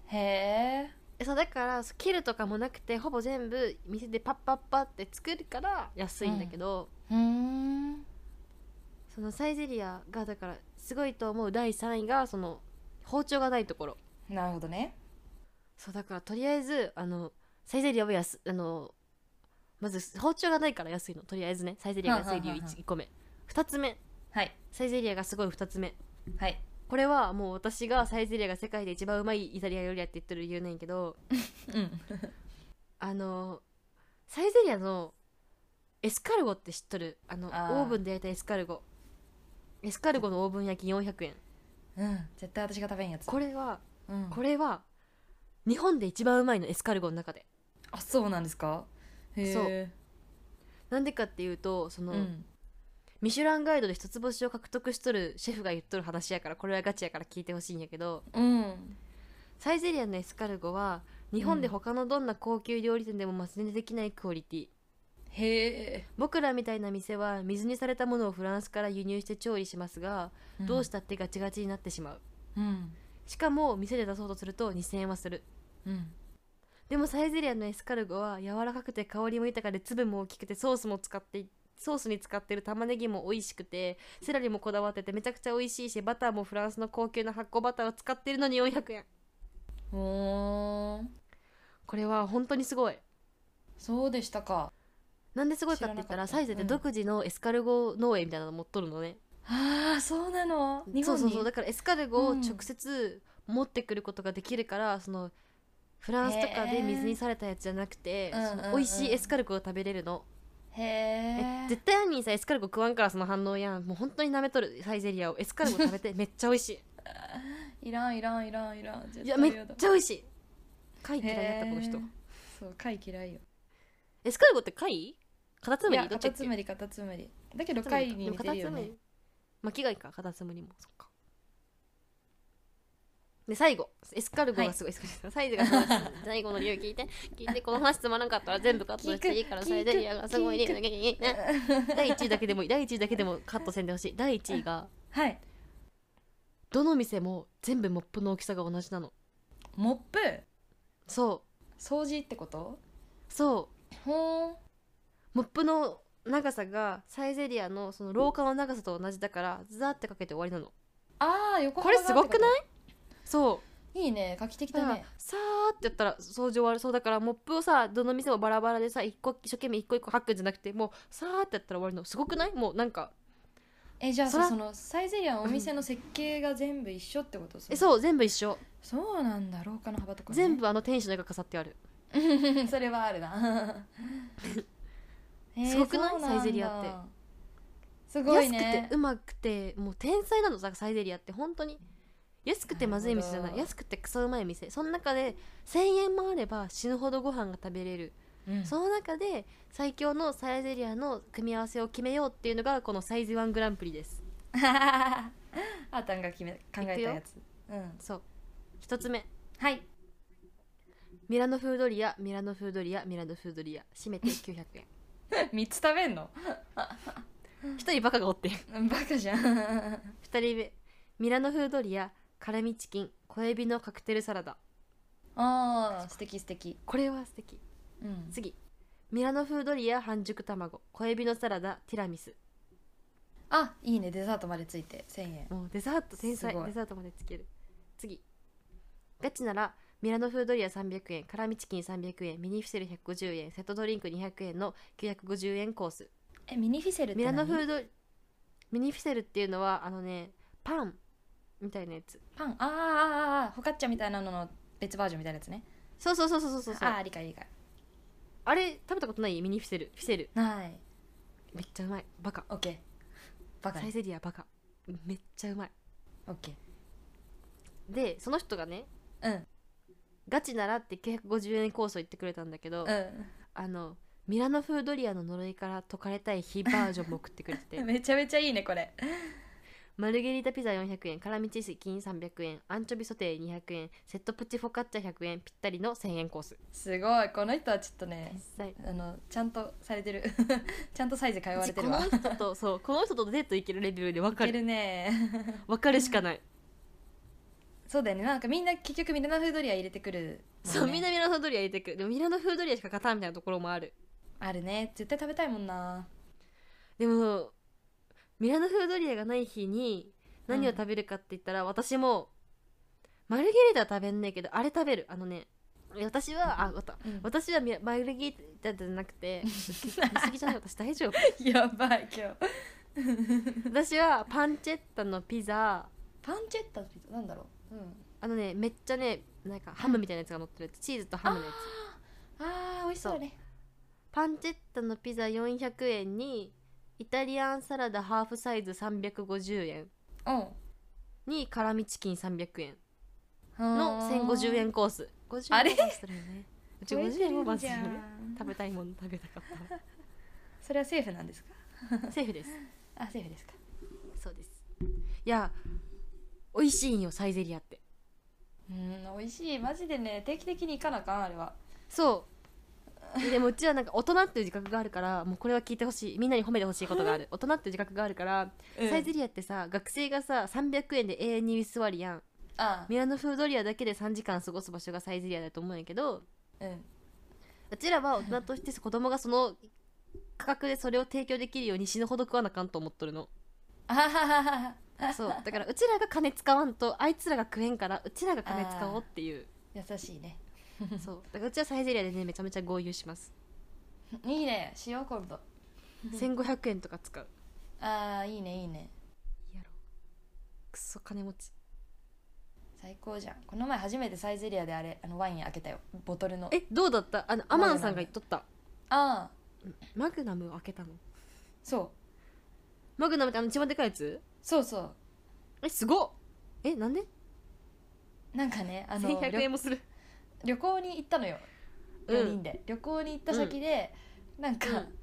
B: へえ
A: えそうだからそう切るとかもなくてほぼ全部店でパッパッパって作るから安いんだけど、
B: ふーん
A: そのサイゼリアがだからすごいと思う第3位がその包丁がないところ
B: なるほどね
A: そうだからとりあえずあのサイゼリアは安あのまず包丁がないから安いのとりあえずねサイゼリアが安い理由
B: はんはんはんはん
A: 1, 個目2つ目
B: はい
A: サイゼリアがすごい2つ目
B: はい
A: これはもう私がサイゼリアが世界で一番うまいイタリア料理やって言ってる理由なんやけど
B: うん
A: あのサイゼリアのエスカルゴって知っとるあの
B: あー
A: オーブンで焼いたエスカルゴエスカルゴのオーブン焼き400円
B: うん絶対私が食べんやつ
A: これは
B: うん
A: これは日本で一番うまいのエスカルゴの中で
B: あそうなんですかへえ
A: なんでかっていうとその、
B: うん
A: ミシュランガイドで一つ星を獲得しとるシェフが言っとる話やからこれはガチやから聞いてほしいんやけど
B: うん
A: サイゼリアのエスカルゴは日本で他のどんな高級料理店でもま真似できないクオリティ、
B: へえ
A: 僕らみたいな店は水にされたものをフランスから輸入して調理しますが、どうしたたってガチガチになってしまう
B: うん
A: しかも店で出そうとすると2000円はする
B: うん
A: でもサイゼリアのエスカルゴは柔らかくて香りも豊かで粒も大きくてソースも使ってソースに使ってる玉ねぎも美味しくてセロリもこだわっててめちゃくちゃ美味しいしバターもフランスの高級な発酵バターを使ってるのに400円
B: おー
A: これは本当にすごい
B: そうでしたか
A: なんですごいかって言ったら
B: 知
A: サ
B: らな
A: イ
B: かった
A: ゼで独自のエスカルゴ農園みたいなの持っとるのね、
B: ああそうなの日本に
A: そうそうそうだからエスカルゴを
B: うん
A: 直接持ってくることができるから、そのフランスとかで水にされたやつじゃなくて、
B: へー
A: その
B: うんうんうん
A: 美味しいエスカルゴを食べれるの、
B: へ
A: え
B: え
A: 絶対アンニーさエスカルゴ食わんからその反応やんもう本当に舐めとるサイゼリアをエスカルゴ食べ
B: (laughs)
A: てめっちゃ美味し
B: いらんいらんいらんいらん
A: い
B: 絶
A: いやめ
B: 対
A: っ
B: 嫌だ
A: ちゃ美味しい貝嫌いだった
B: へー
A: この人
B: そう貝嫌いよ
A: エスカルゴって貝カタツム
B: い
A: リ
B: や
A: ど
B: カ
A: っち
B: タ
A: だっけ
B: ツムリカタツムリだけど貝に似てるよね
A: 巻き貝かカタツムリもそっかで最後エスカルゴがすごい、サイズがすごい最後の理由聞いて聞いてこの話つまらんかったら全部カットしていいから
B: 聞く
A: サイゼリアがすごい理由だけにね第1位だけでもいい第1位だけでもカットせんでほしい第1位が
B: (laughs) はい
A: どの店も全部モップの大きさが同じなの
B: モップ
A: そ
B: 掃除ってこと
A: うそ
B: ほーん
A: うモップの長さがサイゼリアのその廊下の長さと同じだからザーってかけて終わりなの
B: ああ横
A: これすごくないそう
B: いいね画期的
A: だか
B: だ
A: ら
B: ね
A: さーってやったら掃除終わるそうだからモップをさどの店もバラバラでさ一個一生懸命一個一個吐くんじゃなくてもうさーってやったら終わるのすごくないもうなんか
B: えじゃあ
A: そ
B: そ
A: ら
B: そのサイゼリアのお店の設計が全部一緒ってこと
A: え
B: う
A: そう全部一緒
B: そうなんだ廊下の幅とか、ね、
A: 全部あの天使の絵が飾ってある
B: 部 (laughs) それはあるな (laughs) え
A: すごくない
B: そうんだ
A: サイゼリアって
B: すごい
A: 安く
B: ね
A: てうまくてもう天才なのさサイゼリアって本当に安くてまずい店じゃな
B: ないるほど
A: 安くてクソうまい店その中で1,000円もあれば死ぬほどご飯が食べれる、 (laughs)
B: うん
A: その中で最強のサイゼリアの組み合わせを決めようっていうのがこのサイズワングランプリです
B: あーたんが決め考えたやつ。うん。
A: そう一つ目
B: はい。
A: ミラノフードリアミラノフードリアミラノフードリア締めて900円
B: 三つ食べんの？ (laughs)
A: 一人バカがおって
B: バカじゃん。 (laughs)
A: 二人目ミラノフードリア辛味チキン小エビのカクテルサラダ
B: ああ素敵素敵。
A: これは素敵
B: うん。
A: 次ミラノフードリア半熟卵小エビのサラダティラミス
B: あいいねデザートまでついて千円。
A: もうデザート天才
B: すごい
A: デザートまでつける次ガチならミラノフードリア300円辛味チキン300円ミニフィセル150円セットドリンク200円の950円コース
B: えミニフィセルって
A: ミラ
B: 何？
A: ノフードミニフィセルっていうのはあのねパンみたいなやつ
B: パン。あーあーあーあーホカッチャみたいなのの別バージョンみたいなやつね。
A: そうそうそうそうそうそう
B: あ
A: あ
B: あ理解理解。
A: れ食べたことないミニフィセルフィセル
B: ない。
A: めっちゃうまいバカ
B: オッケー。バカ
A: サイ
B: ね。
A: ゼリアバカめっちゃうまい
B: オッケ
A: でその人がね
B: ー。うん
A: ガチならって950円コースを言ってくれたんだけど、
B: う
A: あのミラノフードリアの呪いから解かれたい日バージョンも送ってくれて
B: ん。 (laughs) めちゃめちゃいいねこれ。
A: マルゲリータピザ400円辛味チーズ金300円アンチョビソテー200円セットプチフォカッチャ100円ぴったりの1000円コース
B: すごいこの人はちょっとね
A: 実。際
B: あのちゃんとされてる (laughs) ちゃんとサイズ通わ
A: うち
B: れて
A: こ
B: るわ
A: の人とそうこの人とデート行けるレベルで分か
B: いけ
A: る
B: るね (laughs)
A: 分かるしかない、
B: そうだよねなんかみんな結局ミラノフードリア入れてくるもんね、
A: そうみんなミラノフードリア入れてくるでもミラノフードリアしか勝たんみたいなところもある
B: あるね絶対食べたいもんな
A: でもミラノフードリアがない日に何を食べるかって言ったら、私もマルゲリータは食べんねえけどあれ食べるあのね私はあわた
B: うん
A: 私はミラマルゲリータじゃなくて言い過ぎじゃない私大丈夫
B: (laughs) やばい今日
A: 私はパンチェッタのピザ
B: パンチェッタのピザなんだろう、うん、
A: あのねめっちゃねなんかハムみたいなやつが乗ってるやつチーズとハムのやつ
B: あー美味しそうだね
A: パンチェッタのピザ400円にイタリアンサラダハーフサイズ350円
B: うん
A: に辛味チキン300円の
B: の
A: 1050円コース50
B: あ
A: 円
B: れ
A: もバスだよね (laughs) うち
B: 美味し
A: 50
B: い
A: 円もバス
B: じ
A: だよ (laughs)
B: ゃ
A: ね
B: ん
A: 食べたいもの食べたかっ
B: それはセーフなんですか
A: たセーフです
B: あセーフですか
A: そうですいや美味しいんよサイゼリアって
B: うん美味しいマジでね定期的に行かなあかんあれは
A: そうでもうちはなんか大人っていう自覚があるからもうこれは聞いてほしいみんなに褒めてほしいことがあ (laughs) る大人っていう自覚があるから、サイゼ
B: リ
A: リアってさ学生がさ300円で永遠に居座りやん
B: あ
A: ミラノフードリアだけで3時間過ごす場所がサイゼリアだと思うんやけど
B: うん
A: うちらは大人として子供がその価格でそれを提供できるように死ぬほど食わなあかんと思っとるの
B: あはははは
A: そうだからうちらが金使わんとあいつらが食えんからうちらが金使おうっていう
B: 優しいね
A: そうだからうちはサイゼリアでねめちゃめちゃ豪遊します
B: いいねしよう今度
A: 1500円とか使う
B: ああいいねいいね
A: やろくそ金持ち
B: 最高じゃんこの前初めてサイゼリアであれあのワイン開けたよボトルの
A: えどうだったあのアマンさんが言っとった
B: ああ
A: マグナムを開けたの
B: そう
A: マグナムってあの一番でかいやつ
B: そうそう
A: えすごっえなんで
B: なんかね
A: (laughs)
B: あの
A: 1100
B: 旅
A: 円もする
B: 旅行に行ったのよ
A: うん
B: 4人で、旅行に行った先で、なんか、
A: うん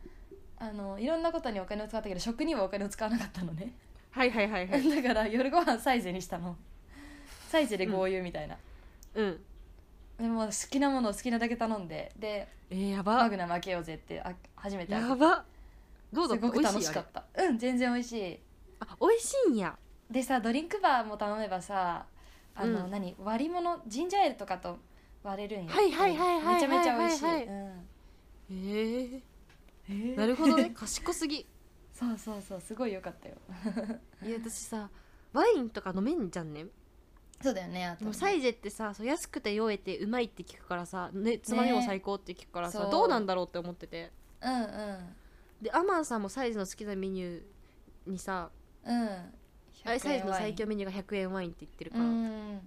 B: あのいろんなことにお金を使ったけど食にはお金を使わなかったのね、
A: はいはいはいはい
B: (laughs) だから夜ご飯サイゼにしたのサイゼで豪遊みたいな、
A: うん
B: でも好きなものを好きなだけ頼んでで
A: えー、や
B: マ
A: ば
B: グナム開けようぜってあ初めて開け
A: やばどうだ
B: す
A: った
B: ごく楽しか
A: 美味しいあれ
B: ったうん全然美味しい
A: あ美味しいんや
B: でさドリンクバーも頼めばさあの、
A: うん
B: 何割り物ジンジャーエールとかと割れるんよ
A: はいはいはいはいはいはいはい
B: めちゃめちゃ美味しい、
A: はいえー、なるほどね賢すぎ
B: (laughs) そうそうそうすごい良かったよ
A: いや私さワインとか飲めんじゃんね
B: そうだよねあ
A: でもサイゼってさそう安くて酔えてうまいって聞くからさ、ね、つまみも最高って聞くからさ、
B: そう
A: どうなんだろうって思ってて
B: うんうん
A: でアマンさんもサイズの好きなメニューにさ
B: うん
A: あれサイズの最強
B: だ
A: メニューが100円ワインって言ってるか、
B: かららう
A: へ
B: ん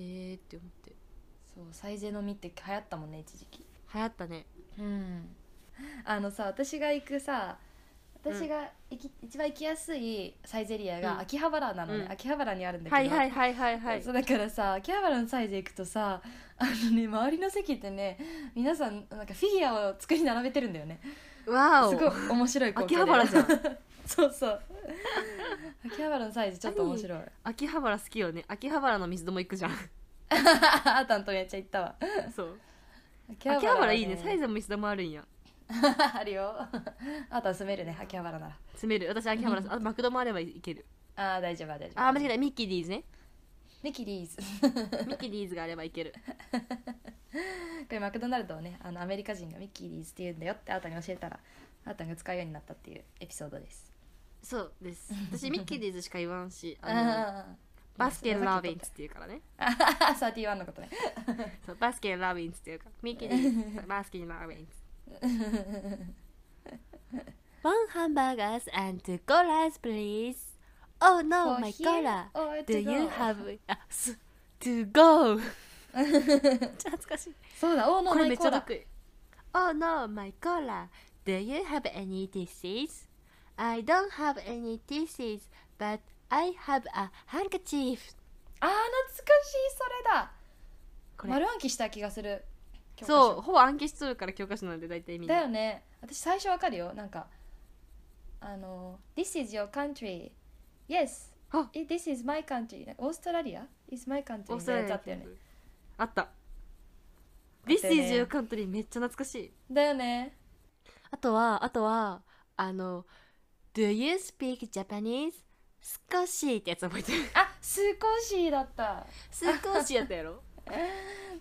A: えって思って
B: そうサイゼ飲みって流行ったもんね一時期
A: 流行ったね
B: うんあのさ私が行くさ私が行き、一番行きやすいサイゼリア
A: うん
B: が秋葉原なのね、
A: うん
B: 秋葉原にあるんだけど、
A: はいはいはいはいはい
B: そうだからさ秋葉原のサイズ行くとさあのね周りの席ってね皆さんなんかフィギュアを作り並べてるんだよね
A: わ
B: すごい
A: お
B: 面白い光景で
A: 秋葉原じゃん
B: そうそう秋葉原のサイズちょっと面白い
A: 秋葉原好きよね秋葉原の水戸も行く (laughs) じゃん
B: あたんとめっちゃ行ったわ
A: そう
B: 秋
A: 秋葉原いいねサイ
B: ズ
A: ズも水戸もあるんや
B: あるよあたん住めるね秋葉原なら
A: 詰める私秋葉原あマクドもあればいける
B: あー大丈夫大丈夫
A: あー間違え
B: い
A: たミッキーディーズ (laughs) ね
B: ミキリーズ
A: ミッキーディーズがあればいける
B: これマクドナルドをねあのアメリカ人がミッキーリーズって言うんだよってあたんに教えたらあたんが使うようになったっていうエピソードです
A: そう (laughs) です私ミッキーディーズしか言わんしあの
B: あー
A: バスケン・ラビンスっていうからね
B: サーティワンのことね。
A: そうバスケン・ラビンスっていうからミッキーディーズバスケン・ラビンス (laughs) ワンハンバーガーズ and two colas please Oh no my cola Do you have あす to go めっち (laughs) ゃ恥ずかしい
B: そうだ、オーノ
A: こ
B: ー
A: れ
B: マ
A: め
B: イ
A: っ
B: コ
A: ちゃ
B: ーラ。
A: 得意 Oh no my cola Do you have any tissues? I don't have any tissues but I have a handkerchief
B: あー、懐かしい、それだ。
A: これ
B: 丸暗記した気がする。
A: そうほぼ暗記しとるから教科書なんで大体みん
B: う。
A: な
B: だよね。私、最初わかるよ。なんか、あの、This is your country. Yes.
A: あ
B: It- This is my country. オーストラリア is my country.
A: オーストラリア
B: だ
A: の
B: ったよね
A: 記。憶あった
B: あっ
A: This
B: たよね
A: is your country めっちゃ懐かしい
B: だよね。
A: あとはあとはあの Do you speak Japanese? 少しってやつ覚えてる
B: あ、少しだった。
A: 少しやったやろ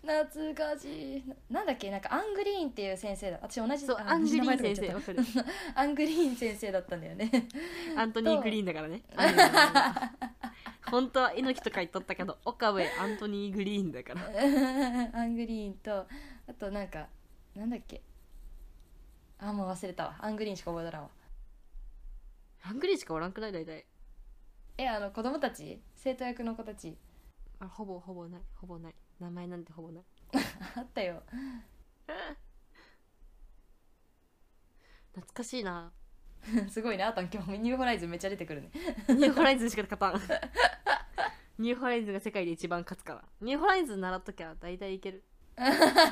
B: 懐かしい。ななんだっけ、なんか、アングリーンっていう先生だ。私、同じ、
A: (laughs) そう
B: あ
A: アングリーン
B: 同
A: 先
B: じ
A: 生
B: 名前と
A: わ
B: か
A: かる
B: 言っちゃったアングリーン先生だったんだよね。
A: アントニー・グリーンだからねアングリーンの名前は本当は猪木とか言っとったけど岡部アントニー・グリーンだから
B: アングリーンとあとなんかなんだっけあもう忘れたわアングリーンしか覚えとらんわ
A: アングリーンしかおらんくない大体
B: えあの子供たち生徒役の子たち
A: あほぼほぼないほぼない名前なんてほぼない
B: あったよ (laughs)
A: 懐かしいな
B: すごいなあたん今日ニューホライズンめっちゃ出てくるね (laughs)
A: ニューホライズンしか勝たんニューホライズンが世界で一番勝つからニューホライズン習っときゃ大体いける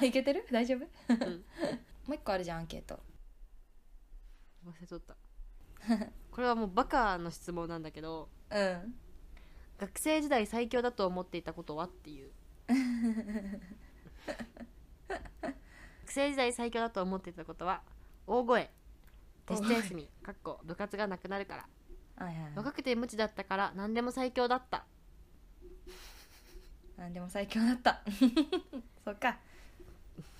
B: いけてる大丈夫、
A: ん
B: もう一個あるじゃんアンケート
A: 忘れとった (laughs) これはもうバカの質問なんだけど
B: うん
A: 学生時代最強だと思っていたことはっていう学生時代最強だと思っていたことは大声テスト休みかっこ部活がなくなるから
B: はいはいはい
A: 若くて無知だったから何でも最強だった
B: なんでも最強だった (laughs) そっか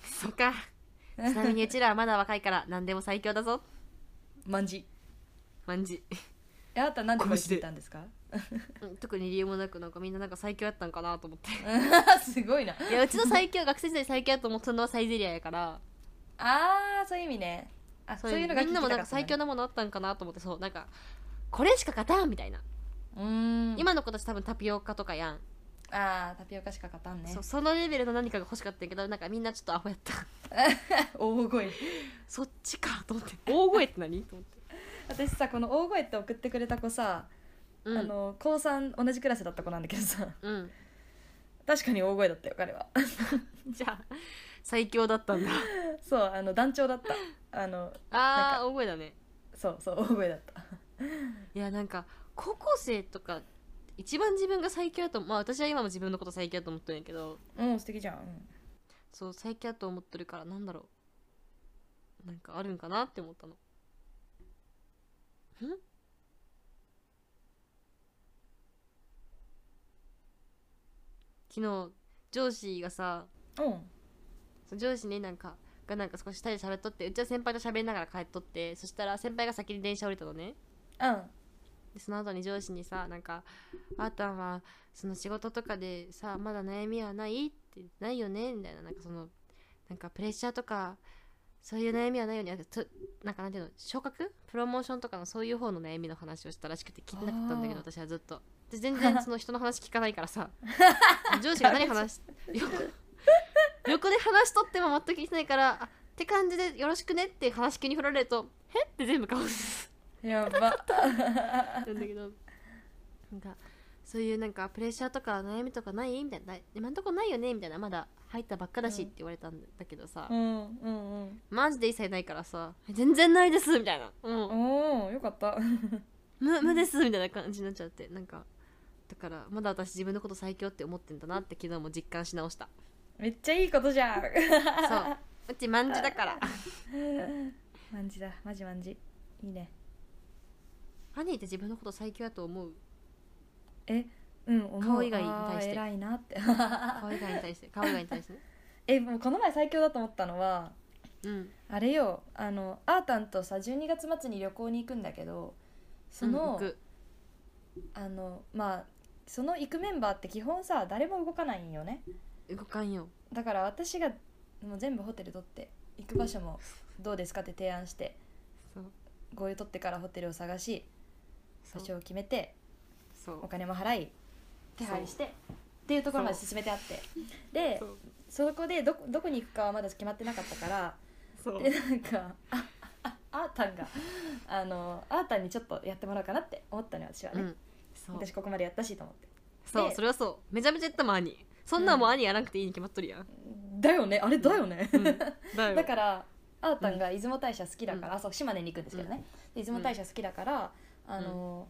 A: そっかちなみにうちらはまだ若いから何でも最強だぞ
B: まんじ
A: まんじ
B: えあなたなんでこれ聞いたんですか (laughs)
A: うん特に理由もなくなんかみんななんか最強やったんかなと思って
B: すごいない
A: やうちの最強学生時代最強やと思ったのはサイゼリアやから
B: あーそういう意味ねあそういうのが聞
A: み
B: き
A: んな
B: たか
A: も
B: った
A: なん
B: の
A: か
B: ね
A: 最強なものあったんかなと思ってそうなんかこれしか勝たんみたいな、
B: うーん
A: 今の子たち多分タピオカとかやん、
B: あータピオカしか勝たんね
A: そうそのレベルの何かが欲しかったんやけどなんかみんなちょっとアホやった (laughs)
B: 大声
A: そっちかと思って大声って何と思って、
B: 私さこの大声って送ってくれた子さ、
A: (laughs) うん、
B: あの高3同じクラスだった子なんだけど (laughs) さ
A: うん
B: 確かに大声だったよ彼は (laughs)
A: じゃあ最強だった (laughs) んだ
B: そうあの団長だったあの
A: あー大声だね
B: そうそう大声だった
A: いやなんか高校生とか一番自分が最強だとまあ私は今も自分のこと最強だと思ってるんやけど
B: うん素敵じゃん、
A: そう最強だと思ってるからなんだろうなんかあるんかなって思ったのん昨日上司がさ
B: うん、
A: その上司になんかがなんか少し2人で喋っとってうちは先輩と喋りながら帰っとってそしたら先輩が先に電車降りたのね
B: うん
A: でその後に上司にさなんか「あーたんはその仕事とかでさまだ悩みはない?」って「ないよね」みたいななんかそのなんかプレッシャーとかそういう悩みはないよねなんかとなんかなんていうの昇格プロモーションとかのそういう方の悩みの話をしたらしくて聞いてなかったんだけど
B: あー
A: 私はずっとで全
B: (laughs)
A: 然その人の話聞かないからさ上司が何話し横
B: (laughs)
A: 横で話しとっても全く聞いてないからあって感じでよろしくねって話急に振られると「へっ?」て全部顔す
B: やば
A: なんだけどなんかそういうなんかプレッシャーとか悩みとかないみたいな今んとこないよねみたいなまだ入ったばっかだしっ
B: うん
A: て言われたんだけどさ、
B: うんうんうん
A: マジで一切ないからさ全然ないですみたいな、うん、
B: おーよかった (laughs)
A: 無無ですみたいな感じになっちゃってなんかだからまだ私自分のこと最強って思ってんだなって昨日も実感し直した
B: めっちゃいいことじゃん
A: そううちまんじだから
B: (laughs) マンジだマジマンジいいね
A: ハニーって自分のこと最強だと思う
B: えうん思う
A: 顔以外に対して
B: あー偉いなって (laughs)
A: 顔以外に対して顔以外に対してね
B: えもうこの前最強だと思ったのは
A: うん
B: あれよあのあーたんとさ12月末に旅行に行くんだけどその、
A: うん行く
B: あのまあその行くメンバーって基本さ誰も動かないんよね
A: 動かんよ
B: だから私がもう全部ホテル取って行く場所もどうですかって提案して
A: そう
B: 合意取ってからホテルを探し
A: そ
B: 場
A: う
B: 所を決めて
A: そう
B: お金も払い手配してっていうところまで進めてあってで
A: そう
B: そこでどこどこに行くかはまだ決まってなかったから (laughs)
A: そう
B: でなんかああああーたんがあのあーたんにちょっとやってもらおうかなって思ったね私は
A: う
B: ね、
A: んそう
B: 私ここまでやったしと思って
A: そう
B: で
A: それはそうめちゃめちゃ言ったもん兄そんなんもう兄やらなくていいに決まっとるや
B: (laughs)
A: ん、
B: だよねあれだよね、
A: うん、だよ
B: (laughs) だからあーたんが出雲大社好きだから、あそう島根に行くんですけどね、で出雲大社好きだから、あの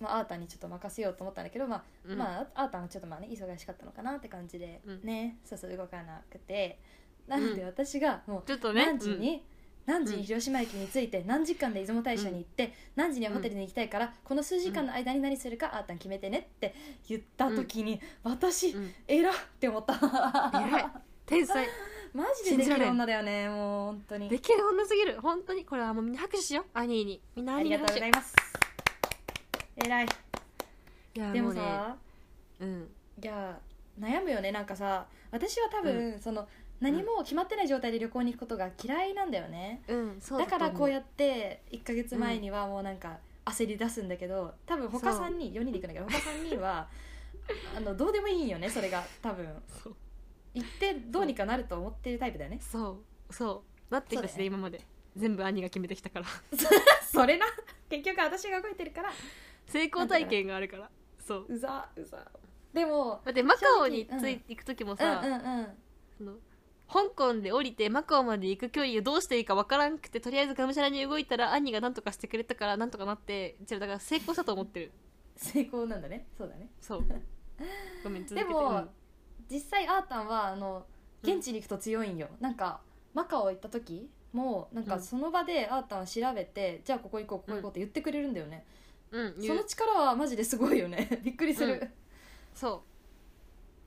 B: まあ、あーたんにちょっと任せようと思ったんだけど、まあ
A: うん
B: まあ、あーたんはちょっとまあ、ね、忙しかったのかなって感じで、
A: うん
B: ねそうそう動かなくてなので
A: うん
B: 私がもう
A: ちょっとね
B: 何時
A: うん
B: に、何時に広島駅に着いて何時間で出雲大社に行って、何時にはホテルに行きたいから、この数時間の間に何するか、あーたん決めてねって言った時に、私、
A: うん
B: 偉っって思った
A: 偉い天才
B: (laughs) マジでできる女だよねもう本当に
A: できる女すぎる本当にこれはもうみんな拍手しよう兄にみんな
B: あ
A: 兄
B: り
A: に
B: がとう
A: 拍
B: ご
A: 手
B: ざいます偉い
A: いや
B: でも
A: うね
B: さ
A: うん
B: いや悩むよねなんかさ私は多分、その何も決まってない状態で旅行に行くことが嫌いなんだよね、
A: うんそう
B: だからこうや
A: って
B: って1か月前にはもうなんか焦り出すんだけど多分他
A: そう
B: 3人4人で行くんだけど他3人 (laughs) はあのどうでもいいんよねそれが多分
A: そう
B: 行ってどうにかなると思ってるタイプだよね
A: そうそうなってきたし
B: そ
A: ね
B: うだね
A: 今まで全部兄が決めてき
B: (laughs)
A: たから
B: (laughs) それな結局私が動いてるから
A: 成功体験があるからそう
B: うざうざでも
A: だってマカオに
B: 正直
A: つい、
B: うん
A: 行く時も
B: うん
A: さ、
B: うんうん
A: その香港で降りてマカオまで行く距離をどうしていいかわからんくてとりあえずがむしゃらに動いたら兄が何とかしてくれたから何とかなってうちらだから成功したと思ってる
B: 成功なんだねそうだね
A: そうごめん続けて
B: でも、実際あーたんはあの現地に行くと強いんよ、なんかマカオ行った時もなん
A: う
B: か
A: ん
B: その場であーたんは調べて、じゃあここ行こうここ行こうって言ってくれるんだよね、
A: うん、うん、
B: そ
A: 言
B: の
A: う
B: 力はマジですごいよね (laughs) びっくりす
A: う
B: る、
A: そ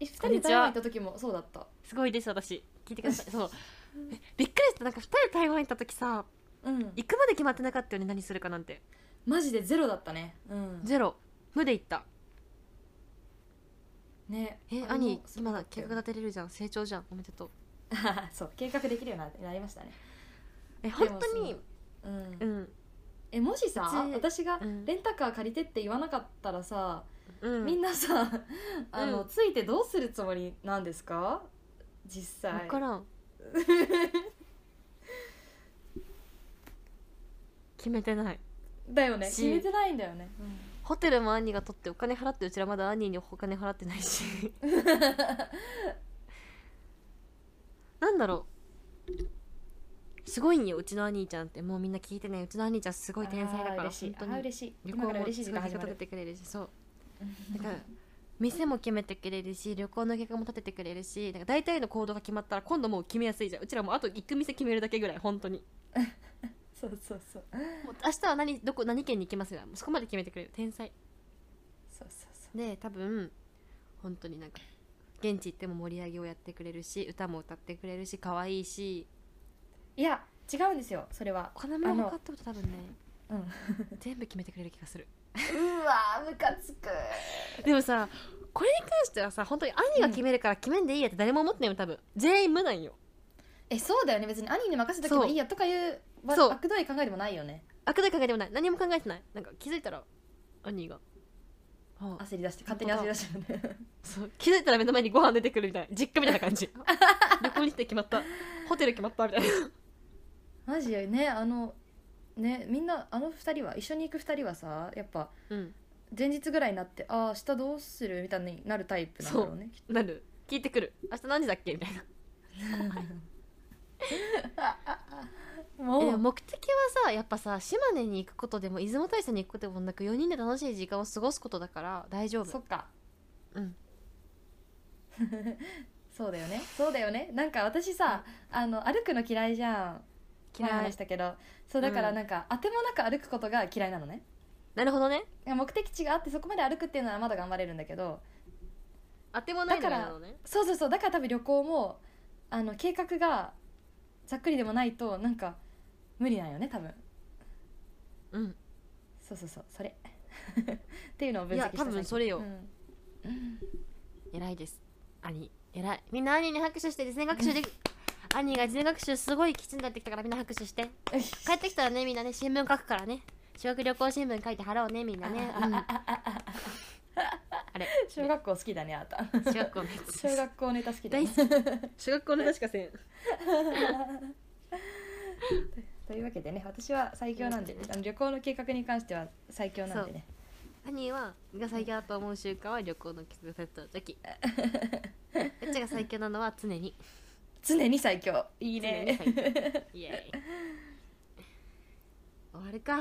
B: え二
A: こん
B: 人
A: に
B: で
A: ち
B: 台
A: は
B: 湾行った時もそうだった
A: うすごいです私聞いてくださいそうえびっくりしたなんか2人で台湾行った時さ
B: うん
A: 行くまで決まってなかったよね何するかなんて
B: マジでゼロだったねうん
A: ゼロ無で行った
B: ね
A: え
B: あれも
A: 兄
B: すご
A: 今
B: か
A: だ
B: った
A: 計
B: よ
A: 画立てれるじゃん成長じゃんおめでとう
B: (laughs) そう計画できるようになりましたね
A: え
B: も
A: 本当に
B: うん
A: うん
B: えもしさ
A: うち
B: 私が
A: うん
B: レンタカー借りてって言わなかったらさ、
A: うん
B: みんなさあの、
A: うん
B: ついてどうするつもりなんですか実際
A: 分から
B: (laughs)
A: ん決めてない
B: だよね
A: し
B: 決めてないんだよね、
A: ホテルも兄が取ってお金払ってうちらまだ兄にお金払ってないし
B: (laughs)
A: なんだろうすごいんようちの兄ちゃんってもうみんな聞いてねうちの兄ちゃんすごい天才だから
B: あー嬉し
A: 本
B: いあ
A: 当
B: ー
A: に
B: 嬉しい
A: 旅
B: 今
A: 行
B: から
A: も
B: 嬉しい
A: す
B: 時
A: ごい計画
B: 間始ま
A: 立
B: る
A: ててくれるしそうだから店も決めてくれるし旅行の計画も立ててくれるしなんか大体の行動が決まったら今度もう決めやすいじゃんうちらもあと行く店決めるだけぐらい本当に
B: そうそうそう
A: もう明日は何どこ何県に行きますがそこまで決めてくれる天才
B: そうそうそう
A: で多分本当になんか現地行っても盛り上げをやってくれるし歌も歌ってくれるし可愛いし
B: いや違うんですよそれは
A: お金も分かったこと多分ね
B: うんうわ
A: 全部決めてくれる気がする
B: ームカつく
A: でもさこれに関してはさ本当に兄が決めるから決めんでいいやって誰も思ってないよ多分全員無なんよ
B: えそうだよね別に兄に任せとけばいいやとかいうわ
A: そう
B: 悪どい考えでもないよね
A: 悪だけ考えてもない何も考えてないなんか気づいたら兄があ
B: 焦り出して勝手に焦り出してるね
A: そう気づいたら目の前にご飯出てくるみたいな実家みたいな感 (laughs) じ旅行に行って決まったホテル決まったみたいな
B: マジよねあのねみんなあの二人は一緒に行く二人はさやっぱ
A: うん
B: 前日ぐらいになってああ明日どうするみたいになるタイプなんだろうねきっ
A: なる聞いてくる明日何時だっけみたいなえ
B: と
A: で
B: も
A: も
B: う
A: 目的はさやっぱさ島根に行くことでも出雲大社に行くことでもなく4人で楽しい時間を過ごすことだから大丈夫
B: そっか
A: うん
B: そうだよねそうだよねなんか私さあの歩くの嫌いじゃん
A: 嫌
B: 前
A: い
B: 話したけどそうだから
A: うん
B: なんか、当てもなく歩くことが嫌いなのね
A: なるほどね
B: 目的地があってそこまで歩くっていうのはまだ頑張れるんだけど
A: あてもないの
B: だから
A: なのね
B: そうそうそうだから多分旅行もあの計画がざっくりでもないとなんか無理なんよね多分
A: うん
B: そうそうそうそれ (laughs) っていうのを分析
A: い
B: した
A: や多分それよ
B: うん
A: 偉いです兄偉いみんな兄に拍手して事前学習でき兄が事前学習すごいきちんとやってきたからみんな拍手して帰ってきたらねみんなね新聞書くからね修学旅行新聞書いて貼ろうねみんなね、うん、あれ
B: 小学校好きだねあな
A: 小
B: (laughs) た
A: 学校のやつ
B: 小学校ネタ好きだ、
A: 大
B: ね
A: 好、小学校の確かせん
B: (laughs) というわけでね私は最強なんで、
A: というわけでね
B: あの旅行の計画に関しては最強なんでね
A: 兄はが最強だと思う習慣は旅行の企画セットの (laughs) 時うちが最強なのは常に
B: 常に最強いい
A: 常
B: ね
A: に最強イエーイ終わるか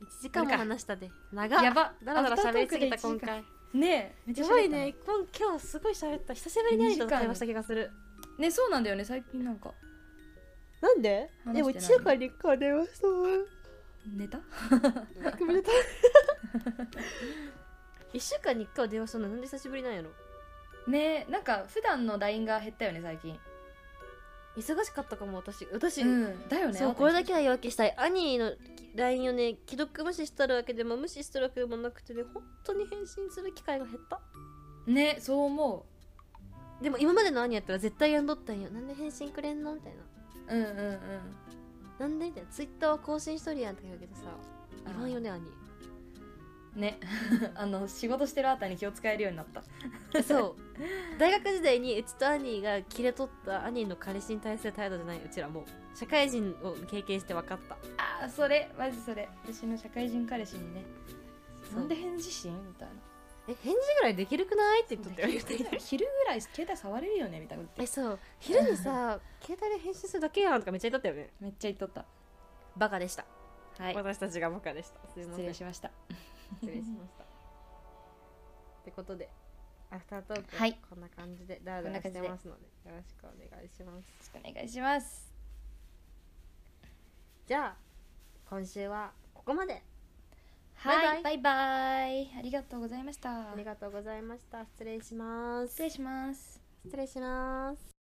A: 1時間も
B: 終わるか
A: 話したで長っ
B: やば
A: だらだら喋りすぎた
B: アフ
A: 今
B: タートークで一時間
A: 回
B: (laughs) ねえめっちゃ
A: す
B: 喋
A: ご
B: れ
A: い
B: た
A: ね今今日すごい喋った久しぶりに兄と会話した気がする
B: ねそうなんだよね最近なんか
A: なんで
B: 話してない
A: でも千代からに変わりました
B: ネタ
A: ごめんなさい (laughs) 一週間に一回は電話したのなんで久しぶりなんやろ
B: ねえなんか普段の LINE が減ったよね最近
A: 忙しかったかも私私、
B: うんだよね
A: そうこれだけは言い訳したい兄の LINE をね既読無視したるわけでも無視してるわけでもなくてね本当に返信する機会が減った
B: ねそう思
A: でも今までの兄やったら絶対やんどったんよなんで返信くれんのみたいな
B: ううんうんうん
A: なんでみたいな Twitter は更新しとるやんとか言うけどさ言わんよね兄
B: ね (laughs) あの仕事してるあたりに気を使えるようになった
A: そう大学時代にうちと兄が切れとった兄の彼氏に対する態度じゃないうちらもう社会人を経験して分かった
B: あーそれマジそれ私の社会人彼氏にね
A: そう
B: なんで返事しんみたいな
A: え返事ぐらいできるくないって言っとったよ
B: で
A: (laughs)
B: きるぐらい (laughs) 昼ぐらい携帯触れるよねみたいなこと
A: え
B: 言って
A: そう昼に (laughs) さ携帯で返信するだけやんとかめっちゃ言っとったよね
B: めっちゃ言っとった
A: バカでした、
B: はい
A: 私たちがバカでしたすいま
B: 失
A: せん
B: 礼しました
A: 失礼しましたってことでアフタートーク
B: はい
A: こんな感じでダラダラしてますのでよろしくお願いします
B: よろしくお願いします
A: じゃあ今週はここまで
B: はいバイバイありがとうございました
A: ありがとうございました失礼します
B: 失礼します
A: 失礼します